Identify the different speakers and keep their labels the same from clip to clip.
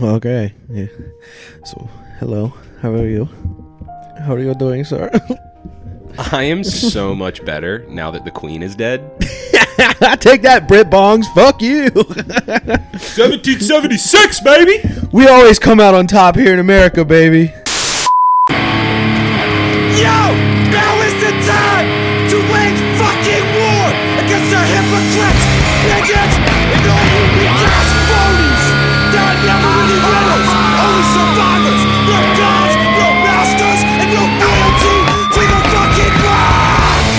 Speaker 1: Okay. Yeah. So, hello. How are you? How are you doing, sir?
Speaker 2: I am so much better now that the queen is dead.
Speaker 1: Take that, Brit Bongs. Fuck you.
Speaker 2: 1776, baby!
Speaker 1: we always come out on top here in America, baby.
Speaker 3: Yo, now is the time to wage fucking war against the hypocrites, bigots, and all you weak ass phonies. There are never any winners, only survivors. No gods, no masters, and no loyalty to the fucking gods.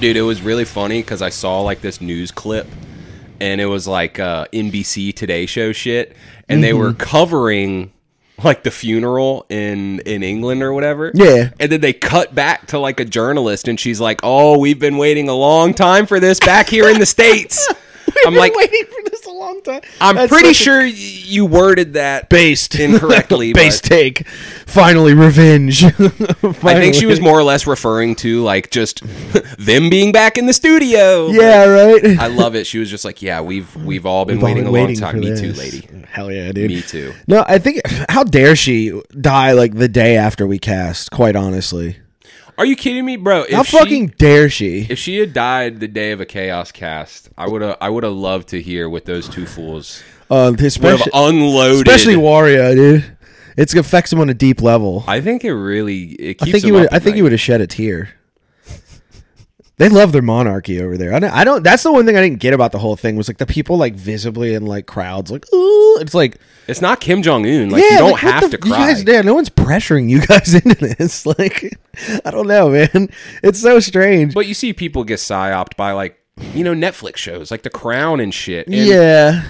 Speaker 2: Dude, it was really funny because I saw like this news clip and it was like uh, NBC Today Show shit and they were covering like the funeral in in England or whatever.
Speaker 1: Yeah.
Speaker 2: And then they cut back to like a journalist and she's like, "Oh, we've been waiting a long time for this back here in the states." I'm like,
Speaker 1: waiting for this a long time.
Speaker 2: I'm pretty sure y you worded that
Speaker 1: based
Speaker 2: incorrectly.
Speaker 1: Base
Speaker 2: but
Speaker 1: take. Finally, revenge.
Speaker 2: I think she was more or less referring to like just them being back in the studio.
Speaker 1: Yeah, right.
Speaker 2: I love it. She was just like, "Yeah, we've we've all been
Speaker 1: We've all
Speaker 2: waiting
Speaker 1: been
Speaker 2: a
Speaker 1: waiting
Speaker 2: long time."
Speaker 1: for
Speaker 2: Me
Speaker 1: this.
Speaker 2: too, lady.
Speaker 1: Hell yeah, dude.
Speaker 2: Me too.
Speaker 1: No, I think. How dare she die like the day after we cast? Quite honestly,
Speaker 2: Are you kidding me, bro? If
Speaker 1: how
Speaker 2: she-
Speaker 1: fucking dare she?
Speaker 2: If she had died the day of a chaos cast, I would have I would have loved to hear what those two fools
Speaker 1: Uh,
Speaker 2: would
Speaker 1: especially,
Speaker 2: have unloaded.
Speaker 1: especially Wario, dude. It's, it affects him on a deep level.
Speaker 2: I think it really it keeps
Speaker 1: I think
Speaker 2: him
Speaker 1: you would.
Speaker 2: up
Speaker 1: I
Speaker 2: at
Speaker 1: think you
Speaker 2: night.
Speaker 1: would have shed a tear. They love their monarchy over there. I don't, I don't. That's the one thing I didn't get about the whole thing was like the people like visibly in like crowds like ooh. It's like
Speaker 2: It's not Kim Jong Un. Like you
Speaker 1: yeah,
Speaker 2: don't
Speaker 1: like, what
Speaker 2: have
Speaker 1: the-
Speaker 2: to
Speaker 1: You
Speaker 2: cry.
Speaker 1: guys, yeah, no one's pressuring you guys into this. Like I don't know, man. It's so strange.
Speaker 2: But you see people get psyoped by like you know Netflix shows like The Crown and shit. And,
Speaker 1: yeah,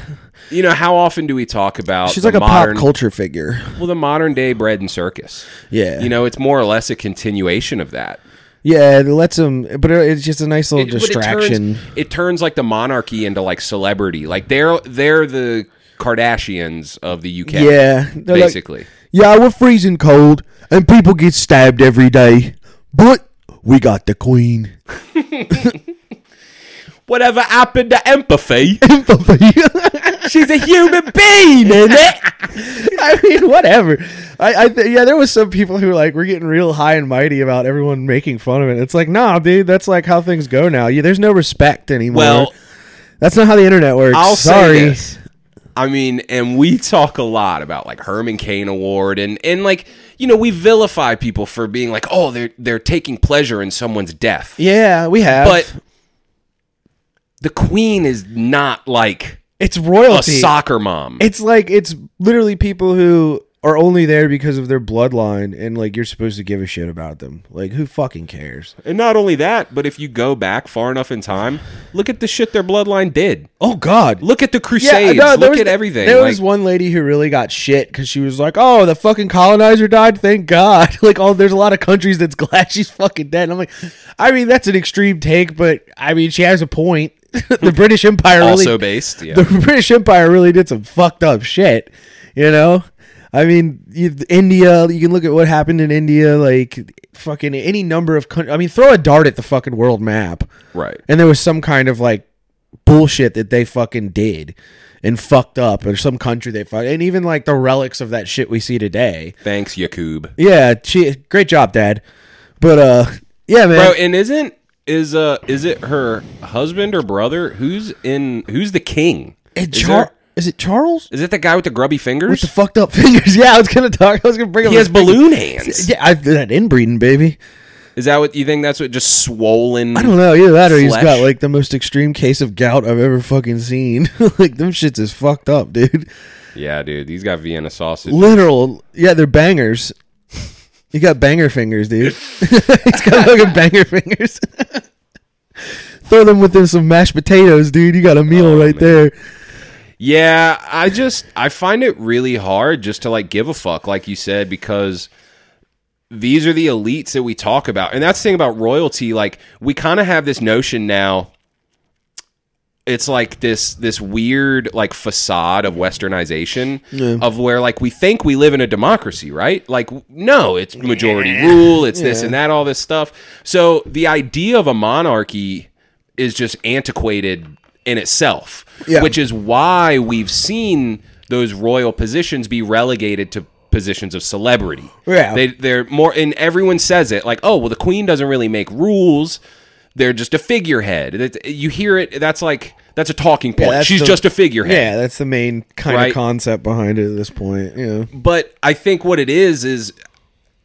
Speaker 2: You know how often do we talk about
Speaker 1: she's
Speaker 2: the
Speaker 1: like a
Speaker 2: modern,
Speaker 1: pop culture figure.
Speaker 2: well the modern day bread and circus.
Speaker 1: Yeah,
Speaker 2: You know, it's more or less a continuation of that.
Speaker 1: yeah. It lets them, but it- it's just a nice little
Speaker 2: It- but
Speaker 1: distraction.
Speaker 2: It turns, it turns like the monarchy into like celebrity. Like they're they're the Kardashians of the UK.
Speaker 1: yeah, They're like,
Speaker 2: basically.
Speaker 1: Yeah, we're freezing cold and people get stabbed every day. But we got the queen.
Speaker 2: Whatever happened to empathy?
Speaker 1: I
Speaker 2: She's a human being, isn't it?
Speaker 1: mean, whatever. I, I th- yeah, there was some people who like were getting real high and mighty about everyone making fun of it. It's like, nah, dude, that's like how things go now. You, there's no respect anymore.
Speaker 2: Well,
Speaker 1: that's not how the internet works.
Speaker 2: I'll
Speaker 1: Sorry.
Speaker 2: say this. I mean, and we talk a lot about like Herman Cain Award and and like you know we vilify people for being like oh they're they're taking pleasure in someone's death,
Speaker 1: Yeah, we have.
Speaker 2: but the Queen is not like
Speaker 1: it's
Speaker 2: a
Speaker 1: royalty.
Speaker 2: soccer mom.
Speaker 1: It's like it's literally people who are only there because of their bloodline, and like you're supposed to give a shit about them. Like, who fucking cares?
Speaker 2: And not only that, but if you go back far enough in time, look at the shit their bloodline did.
Speaker 1: Oh God.
Speaker 2: Look at the
Speaker 1: Yeah,
Speaker 2: Crusades.
Speaker 1: no, there
Speaker 2: look
Speaker 1: was-
Speaker 2: at everything.
Speaker 1: There
Speaker 2: like,
Speaker 1: was one lady who really got shit because she was like, "Oh, the fucking colonizer died. Thank God." Like, all there's a lot of countries that's glad she's fucking dead. And I'm like, I mean, that's an extreme take, but I mean, she has a point. the British Empire really,
Speaker 2: also based. Yeah.
Speaker 1: the British Empire really did some fucked up shit. You know, I mean, you, India. You can look at what happened in India. Like, fucking any number of countries. I mean, throw a dart at the fucking world map
Speaker 2: right.
Speaker 1: and there was some kind of like bullshit that they fucking did and fucked up or some country they fucked and even like the relics of that shit we see today
Speaker 2: Thanks, Yakub.
Speaker 1: yeah she, great job dad but uh yeah man
Speaker 2: Bro, and isn't is uh is it her husband or brother? Who's in who's the king?
Speaker 1: and
Speaker 2: is,
Speaker 1: Char-
Speaker 2: there-
Speaker 1: is it charles
Speaker 2: is it the guy with the grubby fingers?
Speaker 1: with the fucked up fingers yeah i was gonna talk i was gonna bring up
Speaker 2: he has
Speaker 1: the-
Speaker 2: balloon hands.
Speaker 1: yeah I, that inbreeding baby
Speaker 2: Is that what you think that's what just swollen
Speaker 1: i don't know either that or he's got
Speaker 2: Flesh.
Speaker 1: like the most extreme case of gout i've ever fucking seen like them shits is fucked up dude
Speaker 2: Yeah, dude, he's got Vienna sausage.
Speaker 1: literal. Yeah, they're bangers. You got banger fingers, dude. He's got fucking banger fingers. Throw them within some mashed potatoes, dude. You got a
Speaker 2: Oh,
Speaker 1: meal right there.
Speaker 2: Yeah, I just I find it really hard just to like give a fuck, like you said, because these are the elites that we talk about. And that's the thing about royalty. Like, we kind of have this notion now. It's like this this weird like facade of westernization of where like we think we live in a democracy, right? Like w- no, it's majority rule, it's this and that, all this stuff. So the idea of a monarchy is just antiquated in itself,
Speaker 1: Yeah.
Speaker 2: which is why we've seen those royal positions be relegated to positions of celebrity.
Speaker 1: Yeah.
Speaker 2: They they're more and everyone says it like, "Oh, well the queen doesn't really make rules. They're just a figurehead." That- You hear it that's like that's a talking point.
Speaker 1: that's
Speaker 2: She's
Speaker 1: the-
Speaker 2: just a figurehead.
Speaker 1: Yeah, that's the main kind
Speaker 2: Right.
Speaker 1: of concept behind it at this point. Yeah.
Speaker 2: But I think what it is is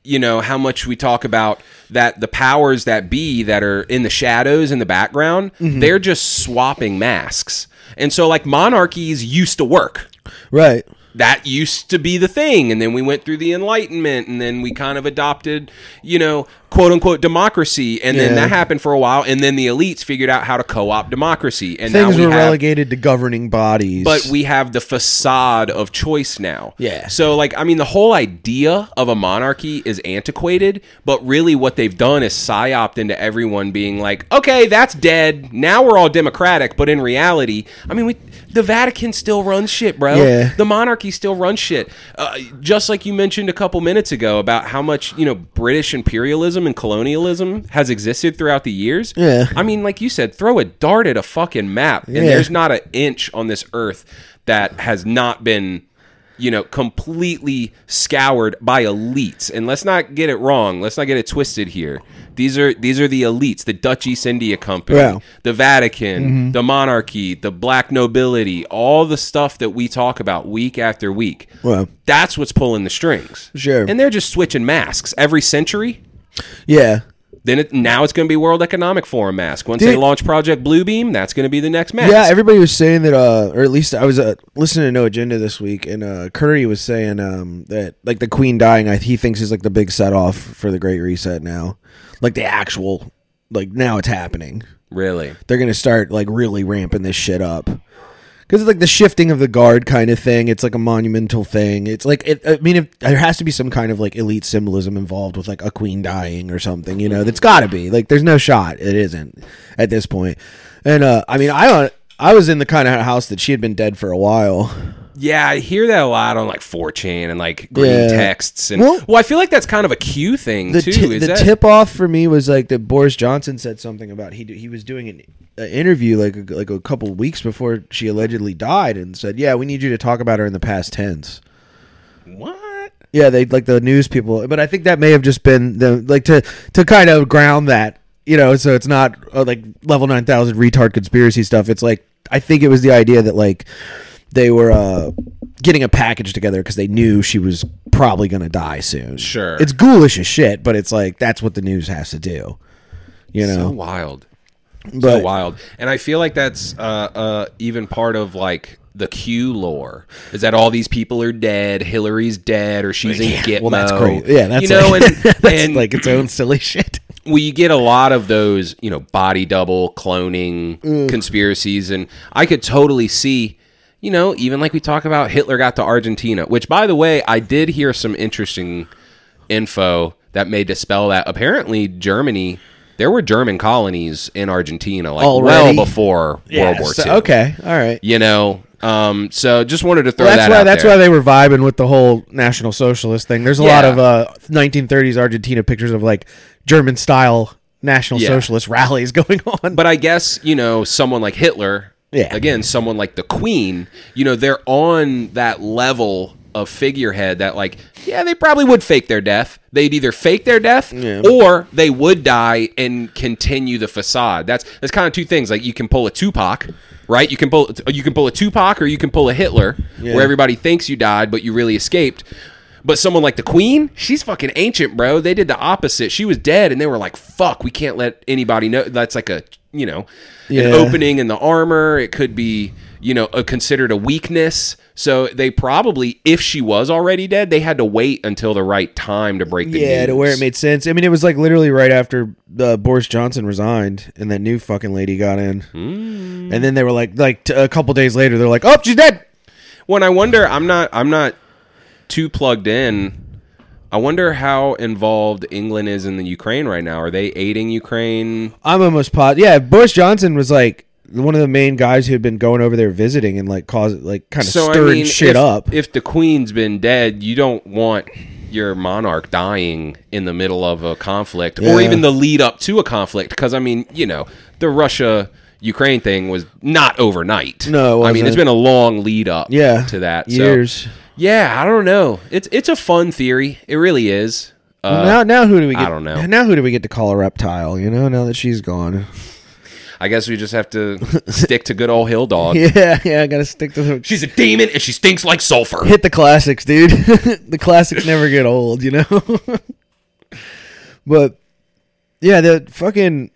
Speaker 2: you know how much we talk about that the powers that be that are in the shadows in the background,
Speaker 1: Mm-hmm.
Speaker 2: they're just swapping masks. And so like monarchies used to work.
Speaker 1: Right.
Speaker 2: that used to be the thing and then we went through the enlightenment and then we kind of adopted you know quote unquote democracy and then
Speaker 1: Yeah.
Speaker 2: that happened for a while and then the elites figured out how to co-opt democracy and
Speaker 1: Things
Speaker 2: now we
Speaker 1: were
Speaker 2: have,
Speaker 1: relegated to governing bodies.
Speaker 2: but we have the facade of choice now
Speaker 1: Yeah.
Speaker 2: so like i mean the whole idea of a monarchy is antiquated but really what they've done is psyoped into everyone being like okay that's dead now we're all democratic but in reality i mean we the vatican still runs shit bro
Speaker 1: Yeah.
Speaker 2: the monarchy still runs shit. Uh, just like you mentioned a couple minutes ago about how much you know British imperialism and colonialism has existed throughout the years.
Speaker 1: Yeah.
Speaker 2: I mean, like you said, throw a dart at a fucking map, and
Speaker 1: Yeah.
Speaker 2: there's not an inch on this earth that has not been you know completely scoured by elites and let's not get it wrong let's not get it twisted here these are these are the elites the dutch east india company
Speaker 1: Yeah. Mm-hmm.
Speaker 2: the Vatican, the monarchy, the black nobility, all the stuff that we talk about week after week.
Speaker 1: Well.
Speaker 2: that's what's pulling the strings.
Speaker 1: Sure.
Speaker 2: And they're just switching masks every century.
Speaker 1: yeah.
Speaker 2: Then it, now it's going to be World Economic Forum mask. Once they
Speaker 1: Dude.
Speaker 2: launch Project Bluebeam, that's going to be the next mask.
Speaker 1: Yeah, everybody was saying that, uh, or at least I was uh, listening to No Agenda this week, and uh, Curry was saying um, that like the Queen dying, I, he thinks is like the big set off for the Great Reset now, like the actual, like now it's happening.
Speaker 2: really.
Speaker 1: They're gonna start like really ramping this shit up because it's like the shifting of the guard kind of thing. It's like a monumental thing. It's like it, I mean, if, there has to be some kind of like elite symbolism involved with like a queen dying or something. You know, that's got to be like there's no shot it isn't at this point. And uh, I mean, I don't. I was in the kind of house that she had been dead for a while.
Speaker 2: Yeah, I hear that a lot on like 4chan and like green
Speaker 1: Yeah.
Speaker 2: texts. And well,
Speaker 1: Well-
Speaker 2: I feel like that's kind of a Q thing
Speaker 1: The,
Speaker 2: too.
Speaker 1: ti-
Speaker 2: is
Speaker 1: the
Speaker 2: that
Speaker 1: tip off for me was like that Boris Johnson said something about he do, he was doing an, an interview like a, like a couple weeks before she allegedly died and said, "Yeah, we need you to talk about her in the past tense."
Speaker 2: what?
Speaker 1: Yeah, they like the news people, but I think that may have just been the like to to kind of ground that, you know, so it's not uh, like level 9000 retard conspiracy stuff. It's like I think it was the idea that like they were uh getting a package together cuz they knew she was probably going to die soon.
Speaker 2: Sure.
Speaker 1: It's ghoulish as shit, but it's like that's what the news has to do. You
Speaker 2: So
Speaker 1: know.
Speaker 2: wild. so
Speaker 1: but
Speaker 2: wild. And I feel like that's uh, uh, even part of like the Q lore is that all these people are dead. Hillary's dead, or she's in Gitmo.
Speaker 1: well, that's great. Yeah, that's
Speaker 2: you know,
Speaker 1: like,
Speaker 2: and,
Speaker 1: that's
Speaker 2: and
Speaker 1: like its own silly shit.
Speaker 2: we get a lot of those, you know, body double cloning
Speaker 1: Mm.
Speaker 2: conspiracies, and I could totally see. You know, even like we talk about Hitler got to Argentina, which by the way, I did hear some interesting info that may dispel that. Apparently, Germany, there were German colonies in Argentina, like
Speaker 1: Already?
Speaker 2: well before World War
Speaker 1: so-
Speaker 2: II
Speaker 1: Okay. All right.
Speaker 2: you know. Um, so just wanted to throw
Speaker 1: Well, that's
Speaker 2: that
Speaker 1: why
Speaker 2: out
Speaker 1: that's
Speaker 2: there.
Speaker 1: why they were vibing with the whole national socialist thing. There's a lot
Speaker 2: Yeah.
Speaker 1: of uh, 1930s Argentina pictures of like German style national
Speaker 2: Yeah.
Speaker 1: socialist rallies going on.
Speaker 2: but I guess you know someone like Hitler,
Speaker 1: Yeah.
Speaker 2: again, someone like the Queen, you know, they're on that level of figurehead that like yeah they probably would fake their death they'd either fake their death or they would die and continue the facade that's that's kind of two things like you can pull a tupac right you can pull you can pull a tupac or you can pull a hitler where everybody thinks you died but you really escaped But someone like the Queen, she's fucking ancient, bro. They did the opposite. She was dead, and they were like, "Fuck, we can't let anybody know." That's like a you know,
Speaker 1: Yeah.
Speaker 2: an opening in the armor. It could be you know a, considered a weakness. So they probably, if she was already dead, they had to wait until the right time to break the
Speaker 1: yeah, to where it
Speaker 2: news.
Speaker 1: made sense. I mean, it was like literally right after uh, Boris Johnson resigned and that new fucking lady got in,
Speaker 2: Hmm.
Speaker 1: and then they were like, like t- a couple days later, they're like, "Oh, she's dead."
Speaker 2: when I wonder, I'm not, I'm not too plugged in I wonder how involved England is in the Ukraine right now. Are they aiding Ukraine?
Speaker 1: I'm almost positive. Yeah, Boris Johnson was like one of the main guys who had been going over there visiting and like cause like kind of
Speaker 2: So
Speaker 1: stirring
Speaker 2: I mean,
Speaker 1: shit
Speaker 2: if,
Speaker 1: up.
Speaker 2: If the Queen's been dead, you don't want your monarch dying in the middle of a conflict, or
Speaker 1: Yeah.
Speaker 2: even the lead up to a conflict. Because I mean, you know, the Russia. Ukraine thing was not overnight.
Speaker 1: No, it
Speaker 2: I mean it's
Speaker 1: wasn't.
Speaker 2: been a long lead up.
Speaker 1: Yeah,
Speaker 2: to that so-
Speaker 1: years.
Speaker 2: yeah, I don't know. It's it's a fun theory. It really is. Uh,
Speaker 1: now, now who do we?
Speaker 2: I
Speaker 1: Get,
Speaker 2: don't know.
Speaker 1: Now who do we get to call a reptile? You know, now that she's gone.
Speaker 2: I guess we just have to stick to good old Hill Dog.
Speaker 1: Yeah, yeah. I gotta stick to the.
Speaker 2: She's a demon and she stinks like sulfur.
Speaker 1: hit the classics, dude. the classics never get old, you know. but yeah, the fucking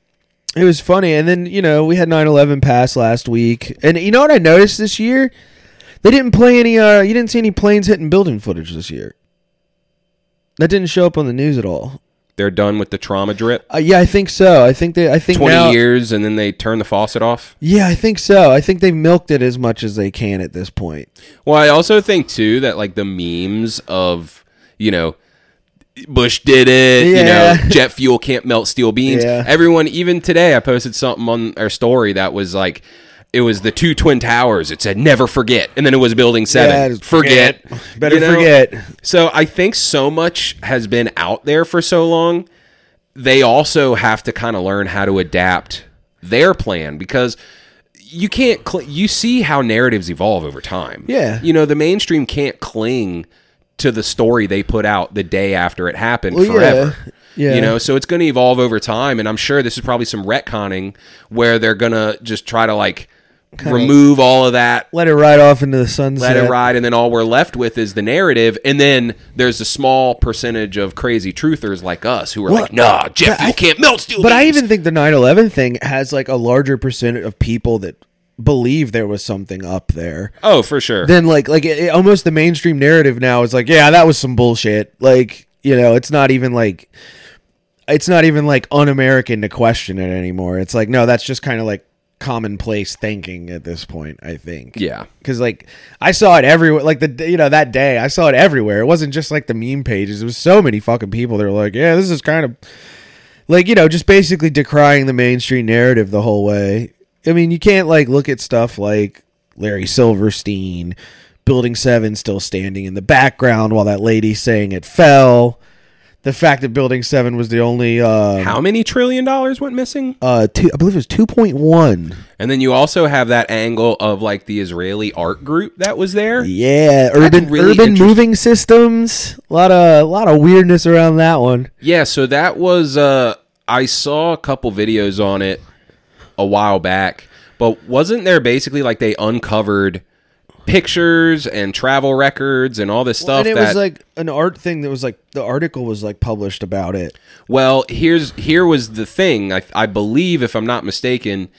Speaker 1: it was funny. And then you know we had 9-11 pass last week, and you know what I noticed this year? They didn't play any. Uh, you didn't see any planes hitting building footage this year. That didn't show up on the news at all.
Speaker 2: They're done with the trauma drip.
Speaker 1: Uh, yeah, I think so. I think they. I think
Speaker 2: Twenty
Speaker 1: now-
Speaker 2: years and then they turn the faucet off.
Speaker 1: Yeah, I think so. I think they've milked it as much as they can at this point.
Speaker 2: Well, I also think too that like the memes of you know Bush did it. You
Speaker 1: Yeah.
Speaker 2: know, jet fuel can't melt steel beams.
Speaker 1: Yeah.
Speaker 2: Everyone, even today, I posted something on our story that was like. It was the two twin towers. It said "Never forget," and then it was Building Seven.
Speaker 1: Yeah, just
Speaker 2: forget,
Speaker 1: Better
Speaker 2: You know?
Speaker 1: forget.
Speaker 2: So I think so much has been out there for so long. They also have to kind of learn how to adapt their plan because you can't cl- you see how narratives evolve over time.
Speaker 1: Yeah.
Speaker 2: You know, the mainstream can't cling to the story they put out the day after it happened
Speaker 1: Well, yeah.
Speaker 2: forever.
Speaker 1: Yeah.
Speaker 2: You know, so it's going to evolve over time and I'm sure this is probably some retconning where they're going to just try to like remove all of that
Speaker 1: Let it ride off into the sunset.
Speaker 2: let it ride, and then all we're left with is the narrative. And then there's a small percentage of crazy truthers like us who are
Speaker 1: Well,
Speaker 2: like, "Nah, Jeff,
Speaker 1: but
Speaker 2: you
Speaker 1: I-
Speaker 2: can't melt steel."
Speaker 1: But I
Speaker 2: beams."
Speaker 1: even think the 9/11 thing has like a larger percentage of people that believe there was something up there.
Speaker 2: oh, for sure.
Speaker 1: Then like like it, it- almost the mainstream narrative now is like, yeah, that was some bullshit. Like, you know, it's not even like it's not even like un-American to question it anymore. It's like, no, that's just kind of like commonplace thinking at this point, I think.
Speaker 2: yeah,
Speaker 1: Cause like I saw it everywhere, like the d- you know that day I saw it everywhere. It wasn't just like the meme pages. It was so many fucking people. that were like, yeah, this is kind of like you know just basically decrying the mainstream narrative the whole way. I mean, you can't like look at stuff like Larry Silverstein, Building Seven still standing in the background while that lady saying it fell. The fact that Building Seven was the only uh,
Speaker 2: how many trillion dollars went missing?
Speaker 1: uh two, I believe it was two point one.
Speaker 2: And then you also have that angle of like the Israeli art group that was there.
Speaker 1: Yeah, urban
Speaker 2: really
Speaker 1: urban
Speaker 2: interesting.
Speaker 1: moving systems. A lot of a lot of weirdness around that one.
Speaker 2: Yeah, so that was uh I saw a couple videos on it a while back, but wasn't there basically like they uncovered pictures and travel records and all this stuff
Speaker 1: and it
Speaker 2: that
Speaker 1: was like an art thing that was like the article was like published about it.
Speaker 2: Well, here's here was the thing. I, I believe, if I'm not mistaken,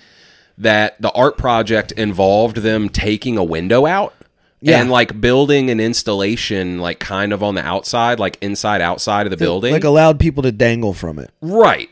Speaker 2: that the art project involved them taking a window out
Speaker 1: Yeah.
Speaker 2: and like building an installation, like kind of on the outside, like inside outside of the building,
Speaker 1: Like allowed people to dangle from it.
Speaker 2: right?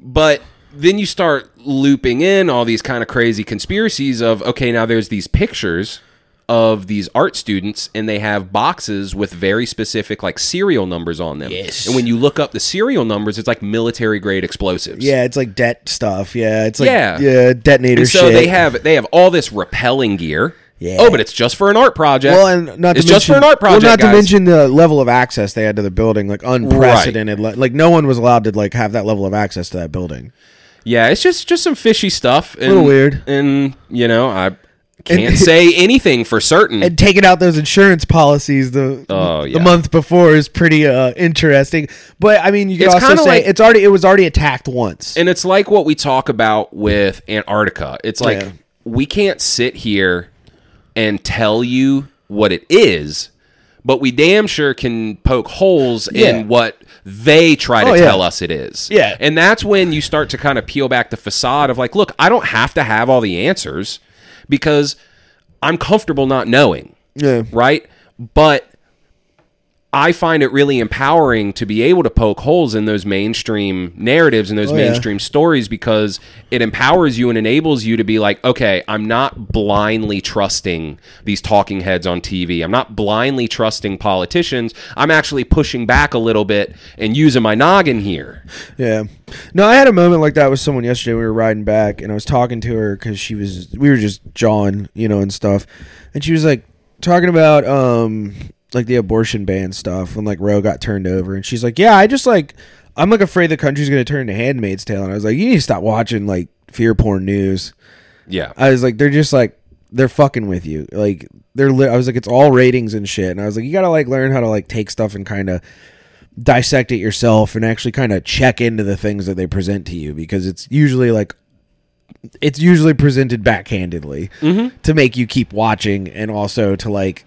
Speaker 2: But then you start looping in all these kind of crazy conspiracies of okay, now there's these pictures of these art students and they have boxes with very specific like serial numbers on them. Yes. And when you look up the serial numbers, it's like military grade explosives.
Speaker 1: Yeah, it's like det stuff. Yeah, it's like
Speaker 2: Yeah.
Speaker 1: yeah, detonator
Speaker 2: And so
Speaker 1: shit.
Speaker 2: they have they have all this repelling gear.
Speaker 1: Yeah.
Speaker 2: Oh, but it's just for an art project.
Speaker 1: well, and not to mention,
Speaker 2: it's just for an art project.
Speaker 1: Well, not
Speaker 2: guys.
Speaker 1: to mention the level of access they had to the building, like unprecedented. le- Like no one was allowed to like have that level of access to that building.
Speaker 2: Yeah, it's just just some fishy stuff. And,
Speaker 1: little weird.
Speaker 2: And you know, I can't say anything for certain.
Speaker 1: and taking out those insurance policies the
Speaker 2: Oh, yeah.
Speaker 1: the month before is pretty uh, interesting. But I mean, you could
Speaker 2: It's
Speaker 1: also
Speaker 2: kinda
Speaker 1: say
Speaker 2: like-
Speaker 1: it's already it was already attacked once.
Speaker 2: and it's like what we talk about with Antarctica. It's like
Speaker 1: Yeah.
Speaker 2: we can't sit here and tell you what it is, but we damn sure can poke holes
Speaker 1: Yeah.
Speaker 2: in what they try to
Speaker 1: Oh, yeah.
Speaker 2: tell us it is.
Speaker 1: Yeah.
Speaker 2: And that's when you start to kind of peel back the facade of like, look, I don't have to have all the answers because I'm comfortable not knowing
Speaker 1: yeah,
Speaker 2: right? But I find it really empowering to be able to poke holes in those mainstream narratives and those
Speaker 1: Oh, yeah.
Speaker 2: mainstream stories because it empowers you and enables you to be like, okay, I'm not blindly trusting these talking heads on TV. I'm not blindly trusting politicians. I'm actually pushing back a little bit and using my noggin here.
Speaker 1: Yeah. No, I had a moment like that with someone yesterday. We were riding back, and I was talking to her because she was. We were just jawing, you know, and stuff. And she was like talking about um like the abortion ban stuff when like Roe got turned over, and she's like, "Yeah, I just like I'm like afraid the country's gonna turn to Handmaid's Tale." And I was like, "You need to stop watching like fear porn news."
Speaker 2: Yeah.
Speaker 1: I was like, they're just like they're fucking with you. Like they're li- I was like, it's all ratings and shit. And I was like, you gotta like learn how to like take stuff and kind of dissect it yourself and actually kind of check into the things that they present to you because it's usually like it's usually presented backhandedly
Speaker 2: Mm-hmm.
Speaker 1: to make you keep watching and also to like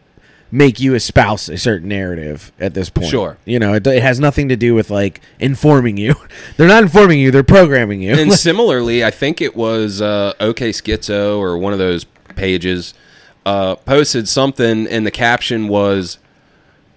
Speaker 1: make you espouse a certain narrative at this point
Speaker 2: Sure.
Speaker 1: you know it, it has nothing to do with like informing you they're not informing you they're programming you
Speaker 2: and similarly, I think it was uh, OK Schizo or one of those pages uh, posted something, and the caption was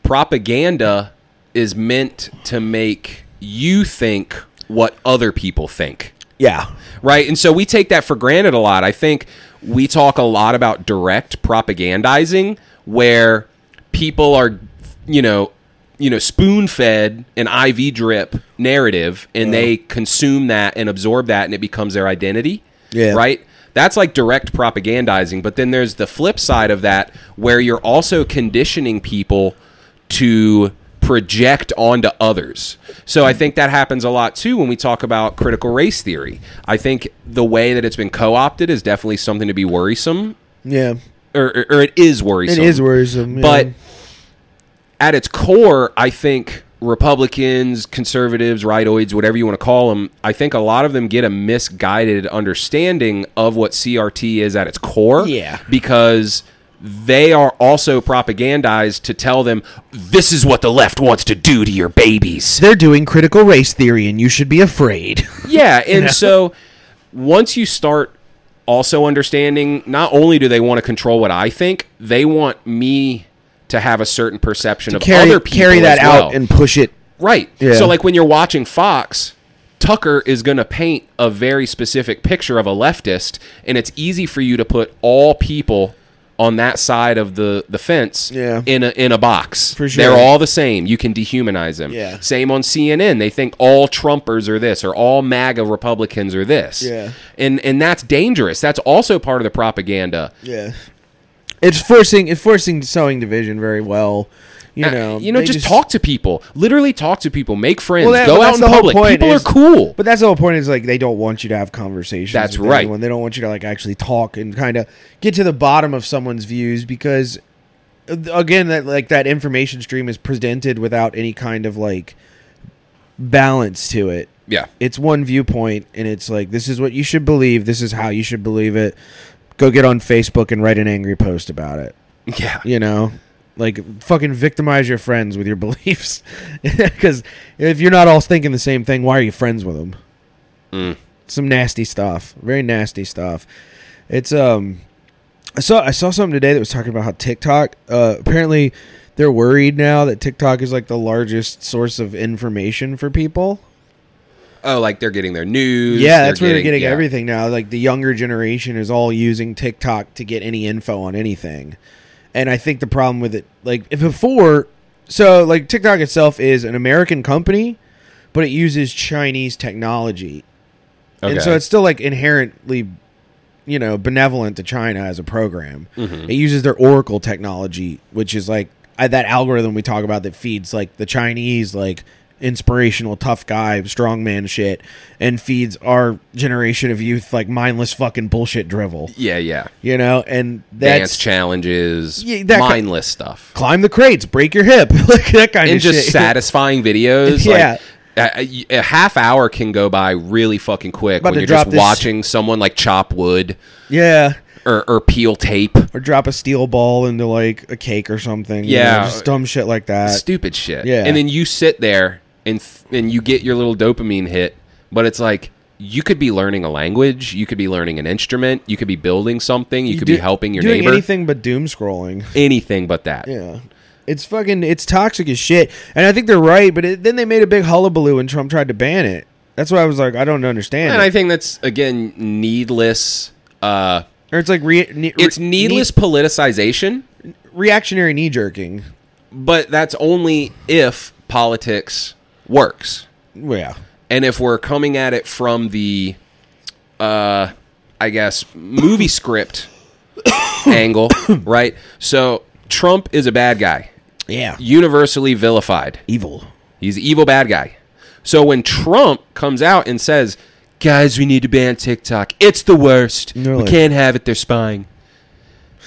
Speaker 2: propaganda is meant to make you think what other people think
Speaker 1: yeah
Speaker 2: right? And so we take that for granted a lot. I think we talk a lot about direct propagandizing where people are, you know, you know, spoon-fed an IV drip narrative and they consume that and absorb that and it becomes their identity.
Speaker 1: Yeah.
Speaker 2: Right? That's like direct propagandizing, but then there's the flip side of that where you're also conditioning people to project onto others. So I think that happens a lot too when we talk about critical race theory. I think the way that it's been co-opted is definitely something to be worrisome
Speaker 1: yeah
Speaker 2: or, or, or it is worrisome.
Speaker 1: it is worrisome yeah.
Speaker 2: But at its core, I think Republicans, conservatives, rightoids, whatever you want to call them, I think a lot of them get a misguided understanding of what CRT is at its core.
Speaker 1: Yeah.
Speaker 2: Because they are also propagandized to tell them this is what the left wants to do to your babies.
Speaker 1: they're doing critical race theory and you should be afraid.
Speaker 2: Yeah, and so once you start also understanding, not only do they want to control what I think, they want me to have a certain perception of
Speaker 1: carry
Speaker 2: other people.
Speaker 1: carry that
Speaker 2: as well.
Speaker 1: out and push it.
Speaker 2: right.
Speaker 1: Yeah.
Speaker 2: So like when you're watching Fox, Tucker is going to paint a very specific picture of a leftist, and it's easy for you to put all people on that side of the the fence
Speaker 1: Yeah.
Speaker 2: in a in a box.
Speaker 1: For sure.
Speaker 2: They're all the same. You can dehumanize them.
Speaker 1: Yeah.
Speaker 2: Same on CNN. They think all Trumpers are this or all MAGA Republicans are this.
Speaker 1: Yeah.
Speaker 2: And and that's dangerous. That's also part of the propaganda.
Speaker 1: Yeah. It's forcing it's forcing sewing division very well. You
Speaker 2: Uh,
Speaker 1: know,
Speaker 2: you know,
Speaker 1: they
Speaker 2: just, talk to people. Literally talk to people. Make friends.
Speaker 1: Well, that-
Speaker 2: Go
Speaker 1: but
Speaker 2: out
Speaker 1: that's
Speaker 2: in
Speaker 1: the whole
Speaker 2: public.
Speaker 1: point
Speaker 2: People
Speaker 1: is-
Speaker 2: are cool.
Speaker 1: But that's the whole point is like they don't want you to have conversations.
Speaker 2: That's
Speaker 1: with
Speaker 2: right.
Speaker 1: Everyone. They don't want you to like actually talk and kind of get to the bottom of someone's views because uh, again that like that information stream is presented without any kind of like balance to it.
Speaker 2: yeah.
Speaker 1: it's one viewpoint and it's like this is what you should believe this is how you should believe it go get on facebook and write an angry post about it
Speaker 2: Yeah.
Speaker 1: you know like fucking victimize your friends with your beliefs because if you're not all thinking the same thing why are you friends with them some nasty stuff very nasty stuff it's um i saw i saw something today that was talking about how tiktok uh apparently they're worried now that tiktok is like the largest source of information for people
Speaker 2: Oh, like they're getting their news.
Speaker 1: yeah, that's where they're getting
Speaker 2: yeah.
Speaker 1: everything now. Like the younger generation is all using TikTok to get any info on anything. And I think the problem with it, like if before, so like TikTok itself is an American company, but it uses Chinese technology. And
Speaker 2: Okay.
Speaker 1: so it's still like inherently, you know, benevolent to China as a program.
Speaker 2: Mm-hmm.
Speaker 1: It uses their Oracle technology, which is like I, that algorithm we talk about that feeds like the Chinese, like inspirational tough guy, strongman shit, and feeds our generation of youth like mindless fucking bullshit drivel,
Speaker 2: yeah, yeah.
Speaker 1: you know? And
Speaker 2: Dance
Speaker 1: that's
Speaker 2: challenges,
Speaker 1: Yeah, that ki-
Speaker 2: mindless stuff,
Speaker 1: climb the crates, break your hip, like that kind
Speaker 2: and
Speaker 1: of
Speaker 2: just
Speaker 1: shit.
Speaker 2: satisfying videos.
Speaker 1: Yeah.
Speaker 2: Like, a, a- a half hour can go by really fucking quick
Speaker 1: About
Speaker 2: when
Speaker 1: to
Speaker 2: you're just
Speaker 1: drop this-
Speaker 2: watching someone like chop wood
Speaker 1: yeah.
Speaker 2: or, or peel tape.
Speaker 1: Or drop a steel ball into like a cake or something. you know,
Speaker 2: Yeah.
Speaker 1: just dumb shit like that.
Speaker 2: Stupid shit.
Speaker 1: yeah.
Speaker 2: And then you sit there and th- and you get your little dopamine hit, but it's like you could be learning a language, you could be learning an instrument, you could be building something, you, could
Speaker 1: do-
Speaker 2: be helping your
Speaker 1: doing
Speaker 2: neighbor, anything,
Speaker 1: anything but doom scrolling.
Speaker 2: but that.
Speaker 1: Yeah. It's fucking it's toxic as shit, and I think they're right. But it, then they made a big hullabaloo when Trump tried to ban it. That's why I was like, I don't understand.
Speaker 2: And
Speaker 1: it.
Speaker 2: I think that's again needless. Uh,
Speaker 1: or it's like re, ne-
Speaker 2: it's
Speaker 1: re-
Speaker 2: needless politicization,
Speaker 1: knee- reactionary knee jerking.
Speaker 2: but that's only if politics works.
Speaker 1: Yeah,
Speaker 2: and if we're coming at it from the uh i guess movie script angle right so trump is a bad guy
Speaker 1: yeah,
Speaker 2: universally vilified
Speaker 1: evil.
Speaker 2: he's an evil bad guy so when trump comes out and says guys we need to ban tiktok it's the worst
Speaker 1: And they're
Speaker 2: we
Speaker 1: like-
Speaker 2: can't have it they're spying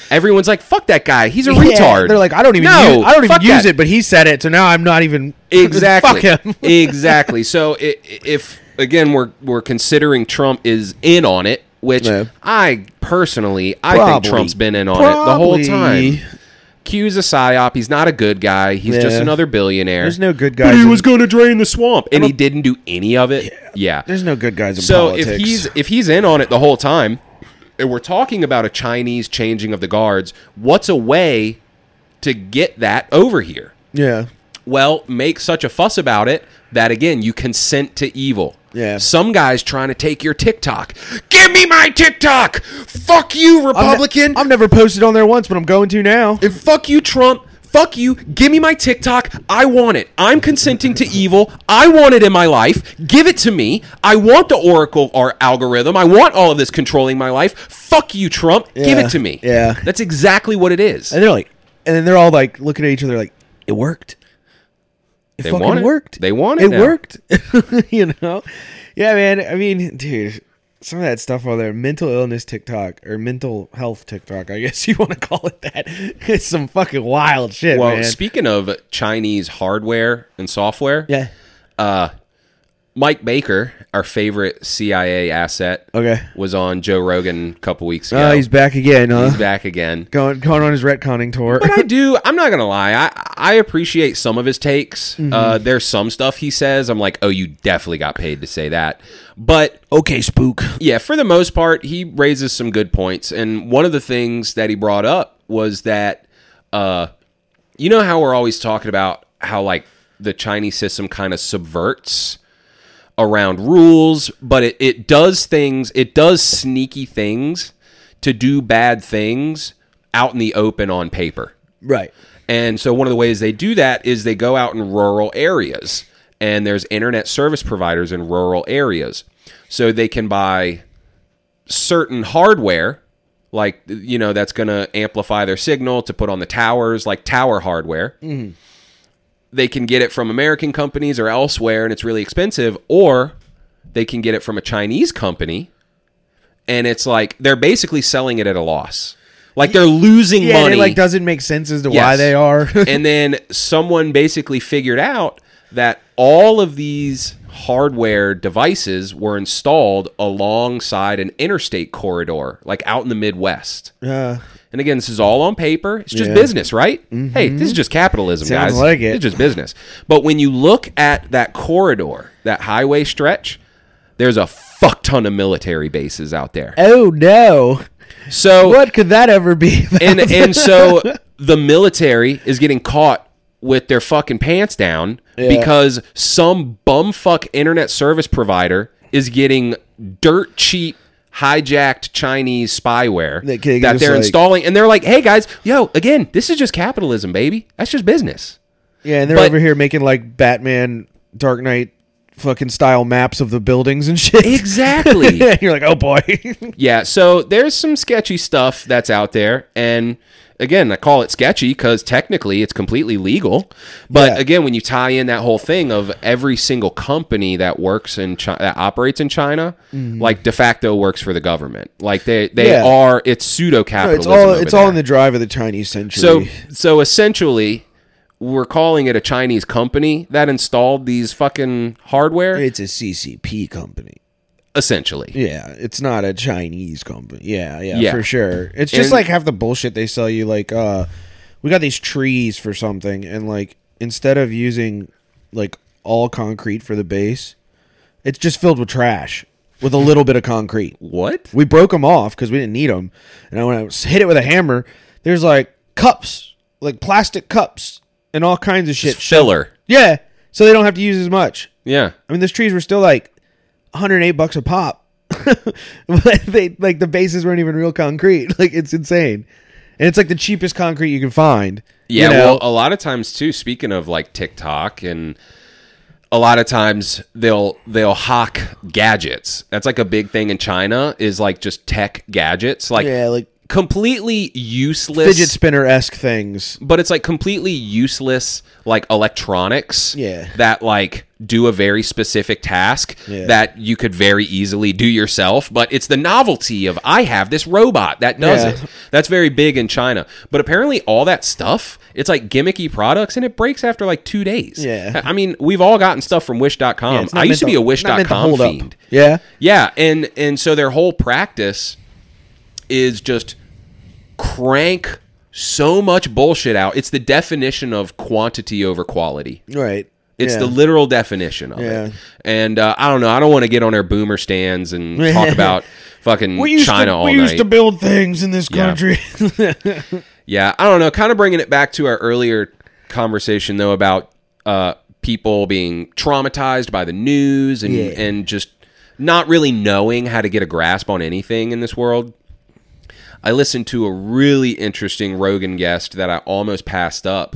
Speaker 2: everyone's like fuck that guy he's a
Speaker 1: Yeah,
Speaker 2: retard
Speaker 1: They're like, I don't even.
Speaker 2: No,
Speaker 1: use, I don't even
Speaker 2: fuck
Speaker 1: use
Speaker 2: that.
Speaker 1: it, but he said it, so now I'm not even
Speaker 2: Exactly.
Speaker 1: Fuck him.
Speaker 2: exactly. So i- i- if again we're we're considering Trump is in on it, which
Speaker 1: Yeah.
Speaker 2: I personally I think
Speaker 1: Probably.
Speaker 2: Trump's been in on it the whole time.
Speaker 1: Probably.
Speaker 2: Q's a psyop. He's not a good guy. He's just
Speaker 1: Yeah.
Speaker 2: another billionaire.
Speaker 1: There's no good
Speaker 2: But
Speaker 1: guys
Speaker 2: he
Speaker 1: in-
Speaker 2: was going to drain the swamp, and he didn't do any of it. Yeah.
Speaker 1: There's no good guys in
Speaker 2: so
Speaker 1: politics.
Speaker 2: if he's if he's in on it the whole time, and we're talking about a Chinese changing of the guards, what's a way to get that over here?
Speaker 1: yeah,
Speaker 2: Well, make such a fuss about it that again you consent to evil.
Speaker 1: Yeah.
Speaker 2: Some guy's trying to take your TikTok. Give me my TikTok. Fuck you,
Speaker 1: I'm ne-
Speaker 2: Republican.
Speaker 1: I've never posted on there once, but I'm going to now.
Speaker 2: and fuck you, Trump. Fuck you. Give me my TikTok. I want it. I'm consenting to evil. I want it in my life. Give it to me. I want the Oracle or algorithm. I want all of this controlling my life. Fuck you, Trump. Give
Speaker 1: Yeah.
Speaker 2: it to me.
Speaker 1: Yeah.
Speaker 2: That's exactly what it is.
Speaker 1: And they're like, and then they're all like looking at each other, like, it worked. It
Speaker 2: They
Speaker 1: fucking
Speaker 2: want it.
Speaker 1: worked.
Speaker 2: They want it now.
Speaker 1: worked. you know? Yeah, man. I mean, dude, some of that stuff over there, mental illness TikTok or mental health TikTok, I guess you want to call it that. It's some fucking wild shit,
Speaker 2: well,
Speaker 1: man.
Speaker 2: speaking of Chinese hardware and software,
Speaker 1: yeah.
Speaker 2: Mike Baker, our favorite CIA asset,
Speaker 1: Okay.
Speaker 2: was on Joe Rogan a couple weeks ago.
Speaker 1: Oh, he's back again, huh?
Speaker 2: He's back again.
Speaker 1: Going, going on his retconning tour.
Speaker 2: But I do. I'm not gonna lie. I I appreciate some of his takes. Uh,
Speaker 1: Mm-hmm.
Speaker 2: there's some stuff he says. I'm like, oh, you definitely got paid to say that. But
Speaker 1: okay, spook.
Speaker 2: yeah, for the most part, he raises some good points. And one of the things that he brought up was that, uh, you know how we're always talking about how like the Chinese system kind of subverts around rules, but it, it does things, it does sneaky things to do bad things out in the open on paper.
Speaker 1: Right.
Speaker 2: And so one of the ways they do that is they go out in rural areas and there's internet service providers in rural areas. So they can buy certain hardware like you know that's going to amplify their signal to put on the towers like tower hardware.
Speaker 1: Mm-hmm.
Speaker 2: They can get it from American companies or elsewhere and it's really expensive or they can get it from a Chinese company and it's like they're basically selling it at a loss. Like they're losing
Speaker 1: Yeah, and
Speaker 2: money
Speaker 1: it like doesn't make sense as to why
Speaker 2: Yes.
Speaker 1: they are.
Speaker 2: and then someone basically figured out that all of these hardware devices were installed alongside an interstate corridor, like out in the Midwest.
Speaker 1: Uh,
Speaker 2: And again, this is all on paper. It's just
Speaker 1: Yeah. Mm-hmm.
Speaker 2: business, right? Hey, this is just capitalism,
Speaker 1: Sounds
Speaker 2: guys.
Speaker 1: like it.
Speaker 2: It's just business. But when you look at that corridor, that highway stretch, there's a fuck ton of military bases out there.
Speaker 1: oh no.
Speaker 2: So
Speaker 1: What could that ever be? about?
Speaker 2: and and so the military is getting caught with their fucking pants down because some bumfuck internet service provider is getting dirt cheap hijacked Chinese spyware
Speaker 1: That
Speaker 2: that,
Speaker 1: can just,
Speaker 2: they're
Speaker 1: like-
Speaker 2: installing, and they're like, "Hey guys, yo, again, this is just capitalism, baby. That's just business."
Speaker 1: Yeah, and they're
Speaker 2: But-
Speaker 1: over here making like Batman, Dark Knight, fucking style maps of the buildings and shit.
Speaker 2: Exactly.
Speaker 1: And You're like, oh boy.
Speaker 2: Yeah, so there's some sketchy stuff that's out there, and again, I call it sketchy because technically it's completely legal. But
Speaker 1: Yeah.
Speaker 2: again, when you tie in that whole thing of every single company that works in China, that operates in China, like de facto works for the government, like they they
Speaker 1: Mm-hmm. Yeah.
Speaker 2: are it's pseudo
Speaker 1: No, it's
Speaker 2: capitalism.
Speaker 1: all it's all in the drive of the Chinese century.
Speaker 2: so so essentially. We're calling it a Chinese company that installed these fucking hardware,
Speaker 1: it's a CCP company.
Speaker 2: essentially.
Speaker 1: Yeah, it's not a Chinese company. Yeah, yeah,
Speaker 2: Yeah.
Speaker 1: for sure. It's just
Speaker 2: And-
Speaker 1: like half the bullshit they sell you. Like, uh, we got these trees for something, and like instead of using like all concrete for the base, it's just filled with trash with a little bit of concrete.
Speaker 2: What?
Speaker 1: We broke them off because we didn't need them. And when I was- hit it with a hammer, there's like cups, like plastic cups and all kinds of shit.
Speaker 2: It's filler.
Speaker 1: Yeah, so they don't have to use as much.
Speaker 2: Yeah.
Speaker 1: I mean, those trees were still like 108 bucks a pop. but they like the bases weren't even real concrete. Like it's insane, and it's like the cheapest concrete you can find.
Speaker 2: Yeah,
Speaker 1: you know?
Speaker 2: well, uh, a lot of times too. Speaking of like TikTok, and a lot of times they'll they'll hawk gadgets. That's like a big thing in China is like just tech gadgets, like
Speaker 1: yeah, like
Speaker 2: completely useless.
Speaker 1: fidget spinner esque things.
Speaker 2: but it's like completely useless, like electronics.
Speaker 1: Yeah.
Speaker 2: that like do a very specific task
Speaker 1: Yeah.
Speaker 2: that you could very easily do yourself. But it's the novelty of I have this robot that does
Speaker 1: Yeah.
Speaker 2: it. That's very big in China. But apparently, all that stuff, it's like gimmicky products and it breaks after like two days.
Speaker 1: Yeah.
Speaker 2: I mean, we've all gotten stuff from
Speaker 1: Yeah,
Speaker 2: Wish.com.
Speaker 1: it's not
Speaker 2: Um, I
Speaker 1: meant
Speaker 2: used to be a
Speaker 1: not meant to
Speaker 2: Wish.com
Speaker 1: hold up.
Speaker 2: fiend.
Speaker 1: Yeah,
Speaker 2: Yeah. And, and so their whole practice is just crank so much bullshit out. It's the definition of quantity over quality.
Speaker 1: right.
Speaker 2: It's
Speaker 1: Yeah.
Speaker 2: the literal definition of
Speaker 1: Yeah.
Speaker 2: it. And uh, I don't know. I don't want to get on their boomer stands and talk about fucking
Speaker 1: we used
Speaker 2: China
Speaker 1: to,
Speaker 2: all
Speaker 1: we
Speaker 2: night.
Speaker 1: used to build things in this
Speaker 2: Yeah.
Speaker 1: country.
Speaker 2: Yeah, I don't know. Kind of bringing it back to our earlier conversation though about uh, people being traumatized by the news and
Speaker 1: Yeah.
Speaker 2: and just not really knowing how to get a grasp on anything in this world. I listened to a really interesting Rogan guest that I almost passed up.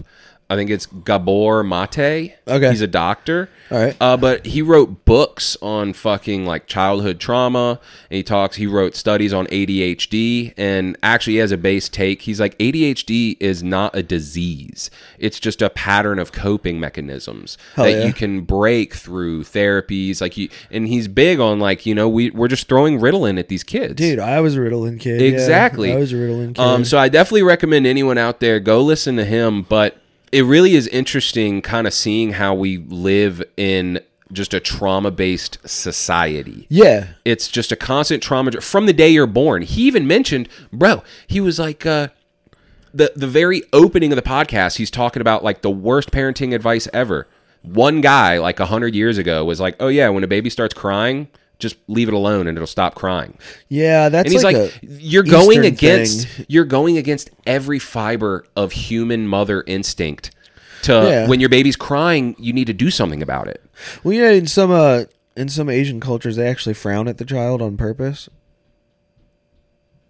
Speaker 2: I think it's Gabor Mate.
Speaker 1: Okay.
Speaker 2: he's a doctor.
Speaker 1: All right.
Speaker 2: Uh, but he wrote books on fucking like childhood trauma. And he talks. He wrote studies on ADHD, and actually he has a base take. He's like ADHD is not a disease. It's just a pattern of coping mechanisms that
Speaker 1: yeah.
Speaker 2: you can break through therapies. Like you, and he's big on like you know we we're just throwing Ritalin at these kids,
Speaker 1: Dude, I was a Ritalin kid. yeah.
Speaker 2: Exactly.
Speaker 1: I was a Ritalin kid.
Speaker 2: Um, so I definitely recommend anyone out there go listen to him. But it really is interesting, kind of seeing how we live in just a trauma based society.
Speaker 1: yeah,
Speaker 2: It's just a constant trauma dr- from the day you're born. He even mentioned, bro, he was like, uh, the the very opening of the podcast, he's talking about like the worst parenting advice ever. One guy like a hundred years ago was like, "Oh yeah, when a baby starts crying, just leave it alone and it'll stop crying."
Speaker 1: yeah. That's
Speaker 2: and he's like,
Speaker 1: a
Speaker 2: you're
Speaker 1: Eastern
Speaker 2: going against
Speaker 1: thing.
Speaker 2: you're going against every fiber of human mother instinct to
Speaker 1: Yeah.
Speaker 2: when your baby's crying you need to do something about it
Speaker 1: Well, you know, in some uh, in some Asian cultures, they actually frown at the child on purpose.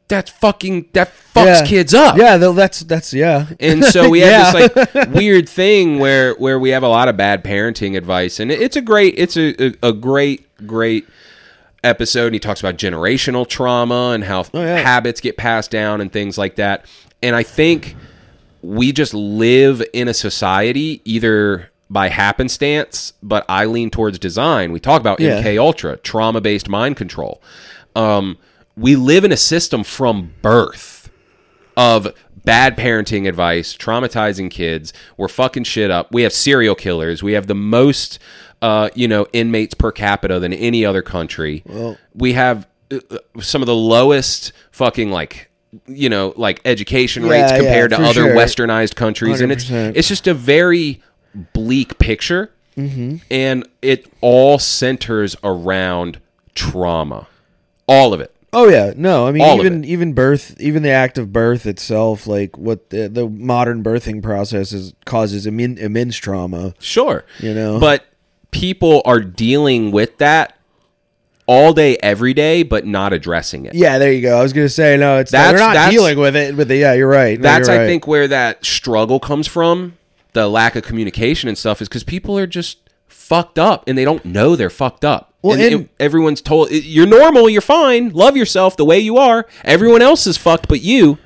Speaker 2: that's fucking that fucks
Speaker 1: yeah.
Speaker 2: kids up
Speaker 1: Yeah, though, that's that's yeah.
Speaker 2: and so we have
Speaker 1: Yeah.
Speaker 2: this like weird thing where where we have a lot of bad parenting advice and it- it's a great it's a, a, a great great episode and he talks about generational trauma and how
Speaker 1: Oh, yeah.
Speaker 2: habits get passed down and things like that and i think we just live in a society either by happenstance but i lean towards design we talk about
Speaker 1: Yeah.
Speaker 2: mk ultra trauma based mind control um, we live in a system from birth of bad parenting advice, traumatizing kids. We're fucking shit up. We have serial killers. We have the most, uh, you know, inmates per capita than any other country. we have uh, uh, some of the lowest fucking like, you know, like education rates
Speaker 1: yeah,
Speaker 2: compared to
Speaker 1: for
Speaker 2: other
Speaker 1: sure.
Speaker 2: westernized countries, and it's
Speaker 1: 100%.
Speaker 2: it's just a very bleak picture,
Speaker 1: Mm-hmm.
Speaker 2: and it all centers around trauma, all of it.
Speaker 1: Oh yeah, no, I mean
Speaker 2: All of
Speaker 1: even even birth, even the act of birth itself, like what the, the modern birthing process is, causes immen- immense trauma.
Speaker 2: Sure.
Speaker 1: You know?
Speaker 2: But people are dealing with that all day, every day, but not addressing it.
Speaker 1: Yeah, there you go. I was gonna say no, it's
Speaker 2: That's-
Speaker 1: they're not
Speaker 2: that's-
Speaker 1: dealing with it, but the, yeah, you're right. No,
Speaker 2: That's,
Speaker 1: you're
Speaker 2: I
Speaker 1: right.
Speaker 2: think, where that struggle comes from the lack of communication and stuff is because people are just fucked up and they don't know they're fucked up.
Speaker 1: Well,
Speaker 2: and,
Speaker 1: and-
Speaker 2: it- everyone's told you're normal, you're fine, love yourself the way you are. Everyone else is fucked but you.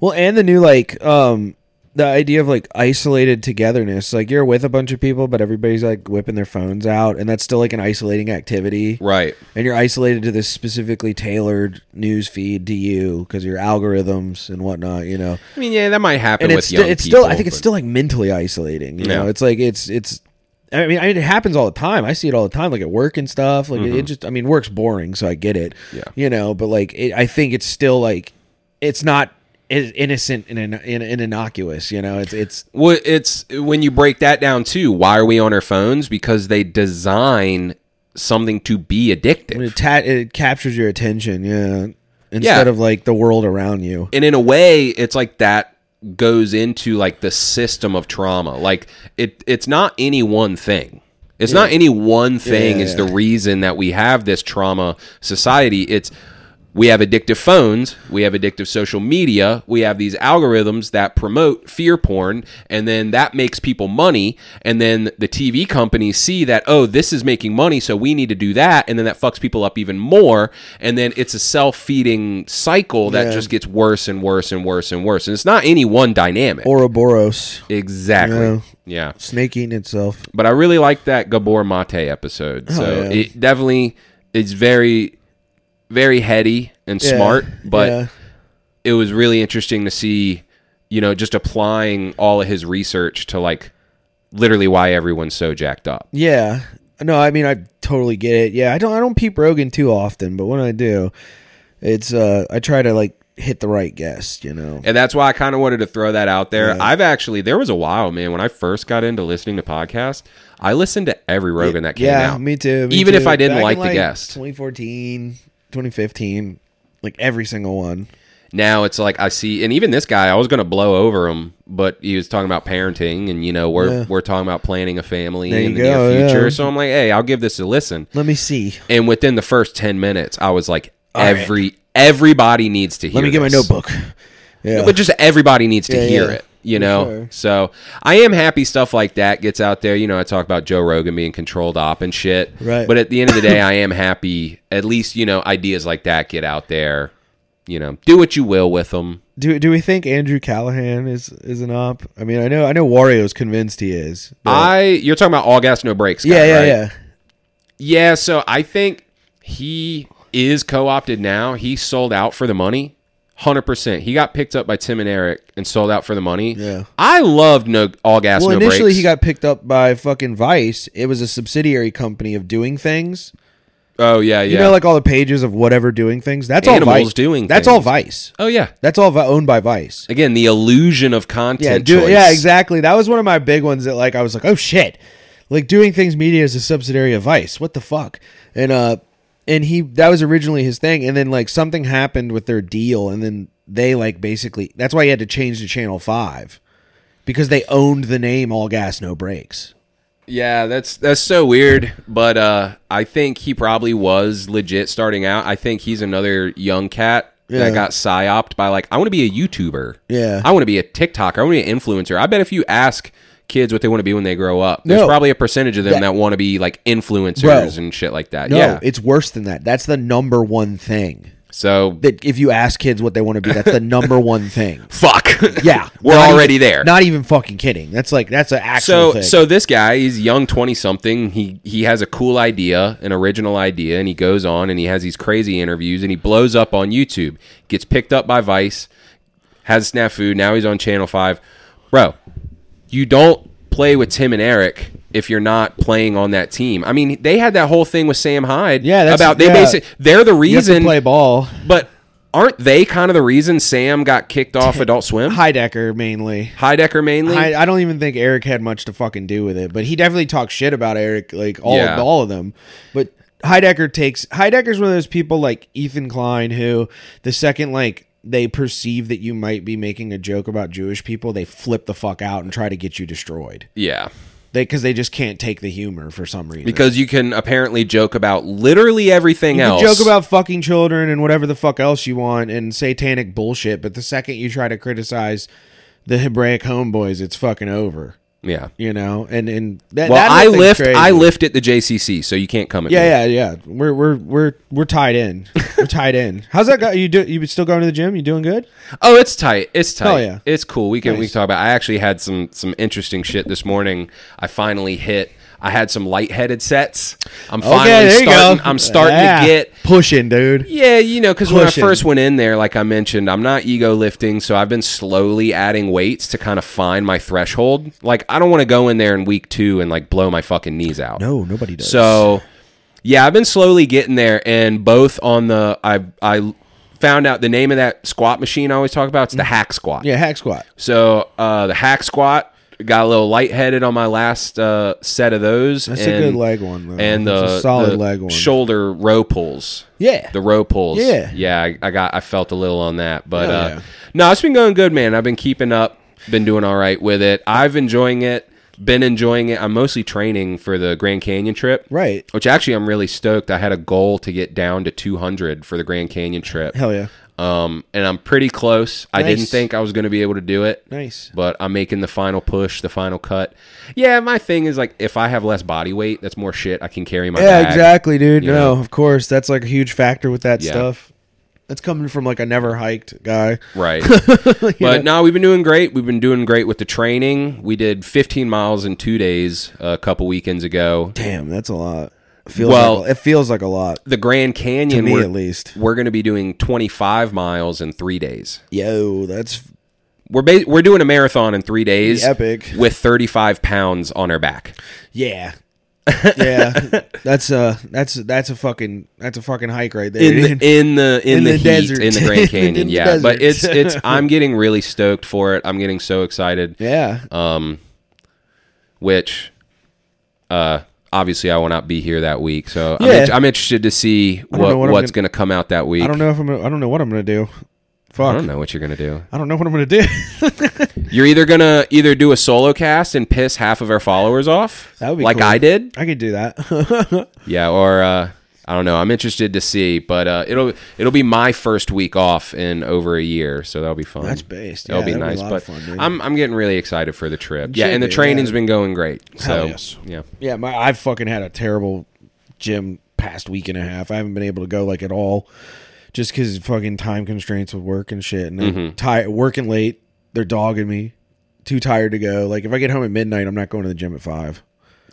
Speaker 1: Well, and the new like um the idea of like isolated togetherness. Like you're with a bunch of people, but everybody's like whipping their phones out, and that's still like an isolating activity.
Speaker 2: Right.
Speaker 1: And you're isolated to this specifically tailored news feed to you because your algorithms and whatnot, you know.
Speaker 2: I mean, yeah, that might happen
Speaker 1: And
Speaker 2: with
Speaker 1: it's
Speaker 2: young
Speaker 1: still, it's
Speaker 2: people.
Speaker 1: still, I think it's
Speaker 2: but-
Speaker 1: still like mentally isolating. You
Speaker 2: Yeah.
Speaker 1: know, it's like it's it's. I mean, I mean, it happens all the time. I see it all the time, like at work and stuff. Like it, it just, I mean, work's boring, so I get it.
Speaker 2: Mm-hmm. Yeah.
Speaker 1: you know, but like, it, I think it's still like, it's not as innocent and, in, and, and innocuous. You know, it's it's
Speaker 2: Well, it's when you break that down too. Why are we on our phones? Because they design something to be addictive,
Speaker 1: it, ta- it captures your attention. Yeah, instead of like the world around you.
Speaker 2: and in a way, it's like that goes into like the system of trauma. Like it it's not any one thing. It's not any one thing is the reason that we have this trauma society. It's we have addictive phones, we have addictive social media, we have these algorithms that promote fear porn, and then that makes people money. And then the TV companies see that, oh, this is making money, so we need to do that. And then that fucks people up even more. And then it's a self feeding cycle that just gets worse and worse and worse and worse. And it's not any one dynamic.
Speaker 1: Ouroboros.
Speaker 2: exactly.
Speaker 1: Yeah.
Speaker 2: yeah
Speaker 1: Snake eating itself.
Speaker 2: but I really like that Gabor Mate episode. so
Speaker 1: Oh, yeah.
Speaker 2: it definitely is very, very heady and smart.
Speaker 1: Yeah,
Speaker 2: But
Speaker 1: yeah.
Speaker 2: it was really interesting to see, you know, just applying all of his research to like literally why everyone's so jacked up.
Speaker 1: Yeah. No, I mean I totally get it. Yeah, I don't I don't peep Rogan too often, but when I do, it's uh I try to like hit the right guest, you know.
Speaker 2: And that's why I kind of wanted to throw that out there. I've actually there was a while, man, when I first got into listening to podcasts, I listened to every Rogan that came
Speaker 1: yeah,
Speaker 2: out.
Speaker 1: me too. me
Speaker 2: Even if
Speaker 1: too.
Speaker 2: I didn't
Speaker 1: Back
Speaker 2: like
Speaker 1: in,
Speaker 2: the guest.
Speaker 1: 2014, 2015, like every single one.
Speaker 2: now it's like I see, and even this guy, I was going to blow over him, but he was talking about parenting, and you know we're
Speaker 1: Yeah.
Speaker 2: we're talking about planning a family
Speaker 1: There
Speaker 2: in the
Speaker 1: you go,
Speaker 2: near future.
Speaker 1: yeah.
Speaker 2: So I'm like, hey, I'll give this a listen.
Speaker 1: Let me see.
Speaker 2: And within the first ten minutes, I was like, every everybody needs to hear.
Speaker 1: Let me get my
Speaker 2: this.
Speaker 1: notebook. Yeah.
Speaker 2: but just everybody needs to
Speaker 1: Yeah,
Speaker 2: hear
Speaker 1: yeah.
Speaker 2: it. You
Speaker 1: For
Speaker 2: know,
Speaker 1: sure.
Speaker 2: so I am happy stuff like that gets out there. You know, I talk about Joe Rogan being controlled op and shit.
Speaker 1: Right.
Speaker 2: But at the end of the day, I am happy. At least you know ideas like that get out there. You know, do what you will with them.
Speaker 1: do do we think Andrew Callahan is is an op? I mean, I know I know Wario's convinced he is. but-
Speaker 2: I you're talking about all gas no breaks.
Speaker 1: yeah, yeah,
Speaker 2: Ah, right?
Speaker 1: yeah.
Speaker 2: Yeah, so I think he is co-opted now. He sold out for the money. 100%. He got picked up by Tim and Eric and sold out for the money.
Speaker 1: Yeah.
Speaker 2: I loved no all gas
Speaker 1: Well,
Speaker 2: no
Speaker 1: initially
Speaker 2: breaks.
Speaker 1: he got picked up by fucking Vice. It was a subsidiary company of doing things.
Speaker 2: Oh yeah, yeah.
Speaker 1: You know, like all the pages of whatever doing things. That's all
Speaker 2: Animals
Speaker 1: Vice
Speaker 2: doing
Speaker 1: That's
Speaker 2: things.
Speaker 1: all Vice.
Speaker 2: oh yeah.
Speaker 1: That's all vi- owned by Vice.
Speaker 2: Again, the illusion of content
Speaker 1: Yeah, do,
Speaker 2: choice.
Speaker 1: yeah, exactly. That was one of my big ones that like I was like, oh shit, like doing things media is a subsidiary of Vice. What the fuck? And uh, and he that was originally his thing, and then like something happened with their deal, and then they like basically that's why he had to change to Channel Five because they owned the name All Gas No Breaks.
Speaker 2: Yeah, that's that's so weird, but uh I think he probably was legit starting out. I think he's another young cat
Speaker 1: Yeah.
Speaker 2: that got psyoped by like I want to be a YouTuber.
Speaker 1: Yeah.
Speaker 2: I want to be a TikToker. I want to be an influencer. I bet if you ask kids what they want to be when they grow up, there's
Speaker 1: No.
Speaker 2: probably a percentage of them
Speaker 1: That-
Speaker 2: that want to be like influencers
Speaker 1: Bro.
Speaker 2: and shit like that.
Speaker 1: No,
Speaker 2: yeah.
Speaker 1: it's worse than that. That's the number one thing
Speaker 2: so
Speaker 1: that if you ask kids what they want to be, that's the number one thing.
Speaker 2: fuck.
Speaker 1: Yeah,
Speaker 2: We're
Speaker 1: Not
Speaker 2: already
Speaker 1: even-
Speaker 2: there.
Speaker 1: Not even fucking kidding. That's like that's an actual
Speaker 2: so
Speaker 1: thing.
Speaker 2: so this guy he's young 20 something he he has a cool idea an original idea and he goes on and he has these crazy interviews and he blows up on youtube gets picked up by vice has snafu now he's on channel 5 bro you don't play with tim and eric if you're not playing on that team i mean they had that whole thing with sam hyde
Speaker 1: Yeah, that's-
Speaker 2: about they
Speaker 1: yeah.
Speaker 2: basically they're the
Speaker 1: you have to
Speaker 2: reason
Speaker 1: play ball.
Speaker 2: but aren't they kind of the reason sam got kicked off adult swim
Speaker 1: Heidecker mainly.
Speaker 2: Heidecker mainly.
Speaker 1: I, I don't even think Eric had much to fucking do with it, but he definitely talked shit about Eric, like all
Speaker 2: Yeah.
Speaker 1: of, all of them. But Heidecker takes Heidecker's one of those people like Ethan Klein who the second like they perceive that you might be making a joke about Jewish people, they flip the fuck out and try to get you destroyed.
Speaker 2: yeah.
Speaker 1: They because they just can't take the humor for some reason.
Speaker 2: because you can apparently joke about literally everything
Speaker 1: you
Speaker 2: else.
Speaker 1: joke about fucking children and whatever the fuck else you want and satanic bullshit, but the second you try to criticize the Hebraic homeboys, it's fucking over.
Speaker 2: yeah.
Speaker 1: you know, and and that,
Speaker 2: Well,
Speaker 1: that
Speaker 2: I
Speaker 1: thing's
Speaker 2: lift.
Speaker 1: crazy.
Speaker 2: I lift at the JCC, so you can't come at me.
Speaker 1: Yeah, yeah, yeah. We're we're we're we're tied in. We're tied in. How's that go? You do? You still going to the gym? You doing good?
Speaker 2: Oh, it's tight. It's tight.
Speaker 1: Oh, yeah.
Speaker 2: It's cool. We can we can talk about. I actually had some some interesting shit this morning. I finally hit. I had some lightheaded sets. I'm finally starting. I'm starting
Speaker 1: Yeah.
Speaker 2: to get.
Speaker 1: pushing, dude.
Speaker 2: Yeah, you know, because when I
Speaker 1: Pushing.
Speaker 2: first went in there, like I mentioned, I'm not ego lifting, so I've been slowly adding weights to kind of find my threshold. Like I don't want to go in there in week two and like blow my fucking knees out.
Speaker 1: No, nobody does.
Speaker 2: So yeah, I've been slowly getting there, and both on the I I found out the name of that squat machine I always talk about. It's the hack squat.
Speaker 1: yeah, hack squat.
Speaker 2: So uh, the hack squat Got a little lightheaded on my last uh, set of those.
Speaker 1: That's a good leg one, though.
Speaker 2: And the
Speaker 1: That's a solid
Speaker 2: the
Speaker 1: leg one.
Speaker 2: shoulder row pulls.
Speaker 1: Yeah.
Speaker 2: the row pulls.
Speaker 1: Yeah.
Speaker 2: yeah. I, I got I felt a little on that, but
Speaker 1: Hell
Speaker 2: uh,
Speaker 1: yeah.
Speaker 2: no, it's been going good, man. I've been keeping up, been doing all right with it. I've enjoying it, been enjoying it. I'm mostly training for the Grand Canyon trip,
Speaker 1: Right.
Speaker 2: Which actually, I'm really stoked. I had a goal to get down to 200 for the Grand Canyon trip.
Speaker 1: Hell yeah.
Speaker 2: Um, and I'm pretty close. I
Speaker 1: Nice.
Speaker 2: didn't think I was going to be able to do it.
Speaker 1: Nice.
Speaker 2: But I'm making the final push, the final cut. Yeah, my thing is like if I have less body weight, that's more shit I can carry in my
Speaker 1: Yeah,
Speaker 2: bag.
Speaker 1: exactly, dude.
Speaker 2: you
Speaker 1: No,
Speaker 2: know?
Speaker 1: of course. That's like a huge factor with that
Speaker 2: Yeah.
Speaker 1: stuff. That's coming from like a never hiked guy.
Speaker 2: Right. but no, we've been doing great. We've been doing great with the training. We did 15 miles in 2 days uh, a couple weekends ago.
Speaker 1: Damn, that's a lot. Feels
Speaker 2: Well-
Speaker 1: like a- it feels like a lot.
Speaker 2: The Grand Canyon
Speaker 1: me,
Speaker 2: we're-
Speaker 1: at least.
Speaker 2: We're going to be doing 25 miles in 3 days.
Speaker 1: Yo, that's
Speaker 2: We're ba- we're doing a marathon in 3 days.
Speaker 1: Epic.
Speaker 2: With 35 pounds on our back.
Speaker 1: yeah. yeah, that's a that's that's a fucking that's a fucking hike right there.
Speaker 2: in
Speaker 1: dude.
Speaker 2: the in the in,
Speaker 1: In
Speaker 2: the,
Speaker 1: the
Speaker 2: heat,
Speaker 1: desert.
Speaker 2: in the
Speaker 1: In
Speaker 2: Grand Canyon.
Speaker 1: the
Speaker 2: yeah, but it's
Speaker 1: desert.
Speaker 2: it's I'm getting really stoked for it. I'm getting so excited.
Speaker 1: yeah,
Speaker 2: Um, which, uh, obviously I will not be here that week, so I'm,
Speaker 1: Yeah.
Speaker 2: int- I'm interested to see
Speaker 1: don't
Speaker 2: what,
Speaker 1: know what I'm
Speaker 2: what's
Speaker 1: gonna-
Speaker 2: going to come out that week.
Speaker 1: I don't know if I'm gonna, I don't know what I'm gonna do. Fuck,
Speaker 2: I don't know what you're going to do.
Speaker 1: I don't know what I'm gonna do.
Speaker 2: You're either going to either do a solo cast and piss half of our followers off,
Speaker 1: That would be
Speaker 2: like
Speaker 1: cool.
Speaker 2: I did,
Speaker 1: I could do that.
Speaker 2: yeah, or. Uh, I don't know. I'm interested to see, but uh, it'll it'll be my first week off in over a year, so that'll be fun.
Speaker 1: That's based.
Speaker 2: That'll
Speaker 1: Yeah,
Speaker 2: be
Speaker 1: that'd be a
Speaker 2: nice.
Speaker 1: lot
Speaker 2: but
Speaker 1: of fun, dude.
Speaker 2: I'm I'm getting really excited for the trip.
Speaker 1: You
Speaker 2: yeah,
Speaker 1: should
Speaker 2: and the
Speaker 1: be,
Speaker 2: training's
Speaker 1: yeah.
Speaker 2: been going great. So
Speaker 1: Hell yes.
Speaker 2: yeah,
Speaker 1: yeah, my I fucking had a terrible gym past week and a half. I haven't been able to go like at all, just because fucking time constraints with work and shit. And
Speaker 2: Mm-hmm.
Speaker 1: I'm ti- working late, they're dogging me. Too tired to go. Like if I get home at midnight, I'm not going to the gym at five.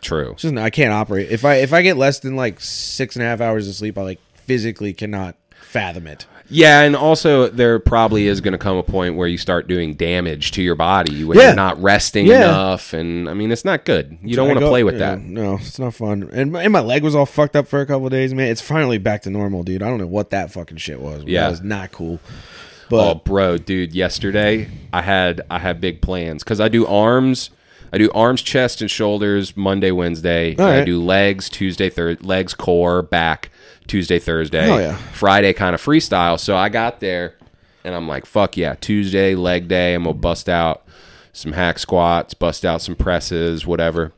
Speaker 2: true.
Speaker 1: It's just I can't operate. If I if I get less than like six and a half hours of sleep, I like physically cannot fathom it.
Speaker 2: Yeah, and also there probably is going to come a point where you start doing damage to your body when
Speaker 1: Yeah.
Speaker 2: you're not resting
Speaker 1: Yeah.
Speaker 2: enough, and I mean it's not good. You don't
Speaker 1: I
Speaker 2: want to
Speaker 1: go-
Speaker 2: play with
Speaker 1: yeah,
Speaker 2: that.
Speaker 1: No, it's not fun. And my, and my leg was all fucked up for a couple of days, man. It's finally back to normal, dude. I don't know what that fucking shit was. But
Speaker 2: Yeah.
Speaker 1: that was not cool.
Speaker 2: Oh,
Speaker 1: But
Speaker 2: bro, dude, yesterday I had I had big plans because I do arms. I do arms, chest, and shoulders Monday, Wednesday. and I
Speaker 1: right.
Speaker 2: do legs Tuesday, Thursday, legs, core, back Tuesday, Thursday.
Speaker 1: Hell yeah.
Speaker 2: Friday kind of freestyle. So I got there and I'm like, fuck yeah, Tuesday, leg day. I'm going to bust out some hack squats, bust out some presses, whatever.